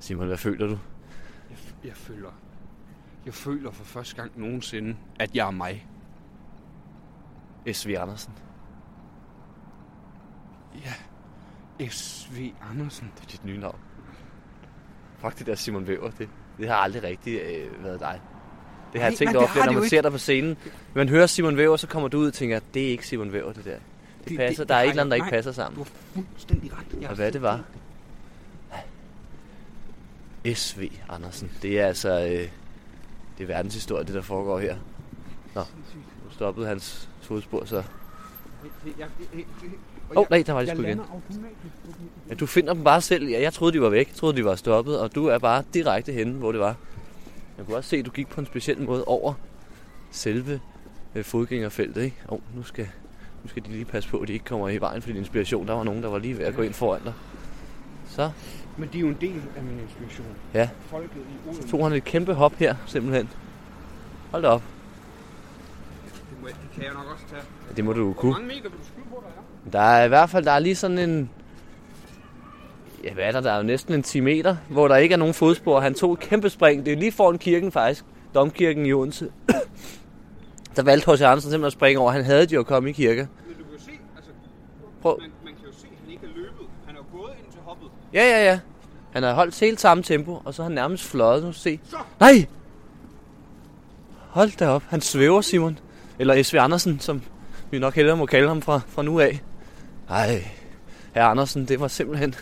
Simon, hvad føler du?
Jeg, f- jeg føler... Jeg føler for første gang nogensinde, at jeg er mig.
S.V. Andersen.
S.V. Andersen.
Det er dit nye navn. Fuck det der Simon Væver, det, det har aldrig rigtig øh, været dig. Det
Nej,
har jeg tænkt
nej, det
ofte,
har
når
det jo
man
ikke.
ser dig på scenen. Man hører Simon Væver, så kommer du ud og tænker, at det er ikke Simon Væver, det der. Det,
Det-
passer,
det-
der er
nej,
et eller andet, der
nej.
ikke passer
Du
sammen.
har fuldstændig ret. Jeg
Og hvad det var? S.V. Andersen. Det er altså, øh, det er verdenshistorie, det der foregår her. Nå, nu stoppede hans fodspor så. Åh, oh, nej, der var de sgu igen. Ja, du finder dem bare selv. Ja, jeg troede, de var væk. Jeg troede, de var stoppet. Og du er bare direkte henne, hvor det var. Jeg kunne også se, at du gik på en speciel måde over selve øh, fodgængerfeltet. Ikke? Oh, nu, skal, nu skal de lige passe på, at de ikke kommer i vejen for din inspiration. Der var nogen, der var lige ved at gå ind foran dig. Så
Men det er jo en del af min inspiration.
Ja.
Folket i Odense.
tog han et kæmpe hop her, simpelthen. Hold da op.
Det, må, jeg- det kan jeg nok også tage.
Ja, Det må du jo
Hvor
kunne.
mange meter vil du skyde på, der er?
Der er i hvert fald der er lige sådan en... ja, hvad er der? Der er jo næsten en 10 meter, hvor der ikke er nogen fodspor. Han tog et kæmpe spring. Det er lige foran kirken faktisk. Domkirken i Odense. *clears throat* der valgte H.C. Andersen simpelthen at springe over. Han havde de jo kommet i kirke.
Men du kan jo se, altså,
Prøv.
man, man kan jo se, at han ikke er løbet. Han er jo gået ind til hoppet.
Ja, ja, ja. Han har holdt helt samme tempo, og så har han nærmest fløjet. Nu se. Nej! Hold da op. Han svæver, Simon. Eller S.V. Andersen, som vi nok hellere må kalde ham fra, fra nu af. Ej, herr Andersen, det var simpelthen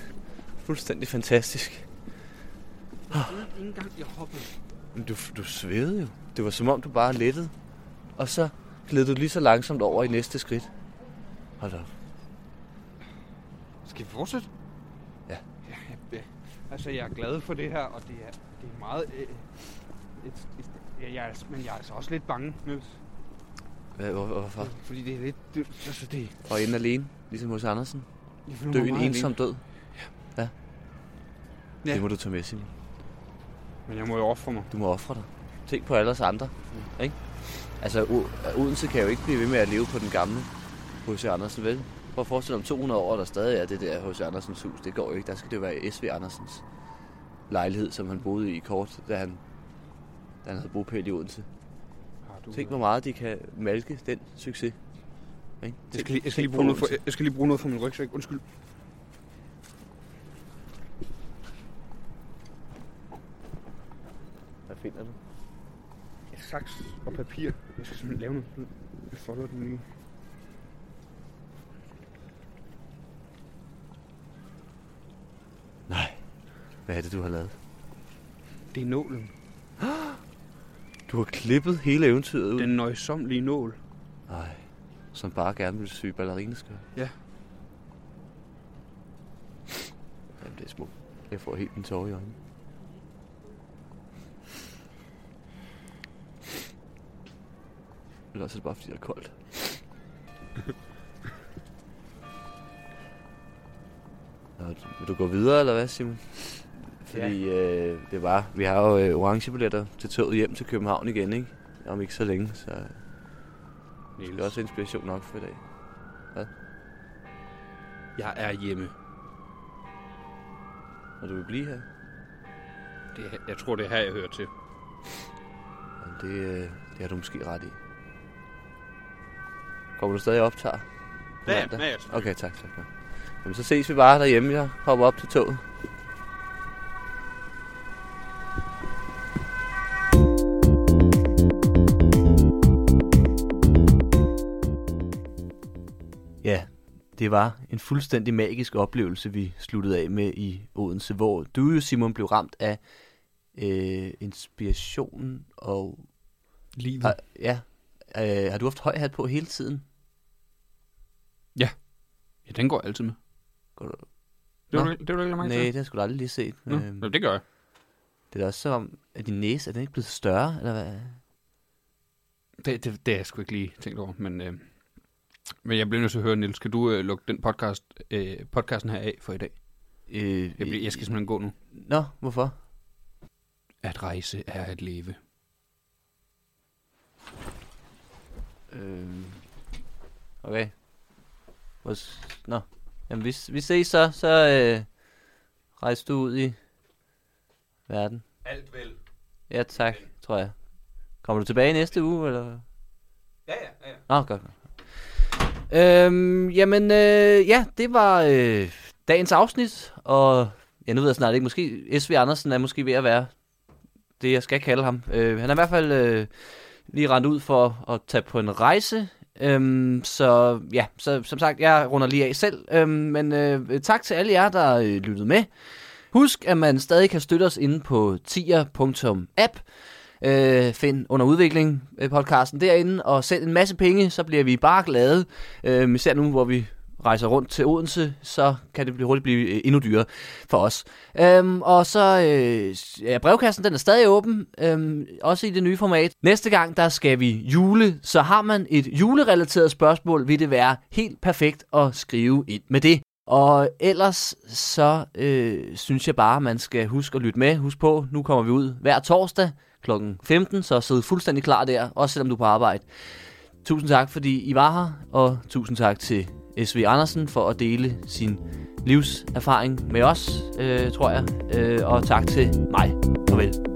fuldstændig fantastisk. Ah.
Ikke engang jeg hoppede.
Men du, du svævede jo. Det var som om, du bare lettede. Og så gled du lige så langsomt over i næste skridt. Hold da op.
Skal vi fortsætte?
Ja.
ja jeg, jeg, altså, jeg er glad for det her, og det er, det er meget... Øh, et, et, ja, jeg er, men jeg er altså også lidt bange, Niels.
Hvad, hvor- hvorfor?
Fordi det er lidt... Det, altså, det,
Og ende alene, ligesom hos Andersen.
jeg føler
Dø
mig
en
meget
ensom
alene.
død. Ja.
Ja.
ja. Det må du tage med, Simon.
Men jeg må jo ofre mig.
Du må ofre dig. Tænk på alle os andre. Mm. Ikke? Altså, U- Odense kan jo ikke blive ved med at leve på den gamle H.C. Andersen, vel? Prøv at forestille dig, om 200 år, der stadig er det der H.C. Andersens hus. Det går jo ikke. Der skal det jo være S.V. Andersens lejlighed, som han boede i kort, da han, da han havde bopæl i Odense.
Har du,
Tænk, hvor meget de kan malke den succes. Ikke?
jeg, skal
Tænk-
lige, jeg, skal
tænk
lige bruge noget
på
for,
Odense.
jeg skal lige bruge noget for min rygsæk. Undskyld.
Hvad finder du?
Saks og papir. Jeg skal simpelthen lave noget. Jeg folder den lige.
Nej. Hvad er det, du har lavet?
Det er nålen.
Du har klippet hele eventyret ud.
Den nøjsomlige nål.
Nej, som bare gerne vil sy ballerinaskørt.
Ja.
Jamen, det er smukt. Jeg får helt en tårer i øjnene. Eller også er det bare, fordi det er koldt. Nå, vil du gå videre, eller hvad, Simon? Fordi øh, det var, vi har jo øh, orangebilletter til toget hjem til København igen, ikke? Om ikke så længe, så det er også inspiration nok for i dag.
Jeg er hjemme.
Og du vil blive her?
Det, er- jeg tror, det er her, jeg hører til.
Jamen, det, øh, det har du måske ret i. Kommer du stadig og optager? på
Ja,
mandag?
ja, ja, selvfølgelig.
Okay, tak. tak. ja. Jamen, så ses vi bare derhjemme. Jeg hopper op til toget. Ja, det var en fuldstændig magisk oplevelse, vi sluttede af med i Odense, hvor du jo, Simon, blev ramt af øh, inspirationen og...
Livet.
Har, ja, øh, har du haft høj hat på hele tiden?
Ja, den går jeg altid med.
Går du,
Det var,
Nå.
du, det var du ikke lagt
Nej,
mærke
det
til?
har jeg sgu da aldrig lige set.
Nå,
Øhm,
Nå, det gør jeg.
det er da også som om, at din næse, er den ikke blevet større, eller hvad?
Det, det, det har jeg sgu ikke lige tænkt over, men, øh, men jeg bliver nødt til at høre, Niels, skal du øh, lukke den podcast, øh, podcasten her af for i dag?
Øh,
Jeg, bliver, jeg skal simpelthen gå nu.
Nå, hvorfor?
At rejse er at leve.
Øh, okay. Vores, nå. Jamen, vi, vi ses så, så øh, rejser du ud i verden.
Alt vel.
Ja, tak, tror jeg. Kommer du tilbage næste uge, eller?
Ja, ja, ja.
Nå, godt. godt. Øhm, jamen, øh, ja, det var øh, dagens afsnit, og ja, nu ved jeg snart ikke, måske S.V. Andersen er måske ved at være det, jeg skal kalde ham. Øh, han er i hvert fald øh, lige rendt ud for at tage på en rejse, øhm, så ja, så, som sagt, jeg runder lige af selv, øhm, men øh, tak til alle jer, der øh, lyttede med. Husk, at man stadig kan støtte os inde på tier.app, øh, find under udvikling øh, podcasten derinde, og send en masse penge, så bliver vi bare glade. Øh, især nu, hvor vi rejser rundt til Odense, så kan det blive- hurtigt blive øh, endnu dyrere for os. Øhm, og så øh, s- ja, brevkassen, den er stadig åben, øhm, også i det nye format. Næste gang, der skal vi jule, så har man et julerelateret spørgsmål, vil det være helt perfekt at skrive ind med det. Og ellers så øh, synes jeg bare, man skal huske at lytte med. Husk på, nu kommer vi ud hver torsdag kl. 15, så sid fuldstændig klar der, også selvom du er på arbejde. Tusind tak, fordi I var her, og tusind tak til S.V. Andersen for at dele sin livserfaring med os, øh, tror jeg. Øh, og tak til mig. Farvel.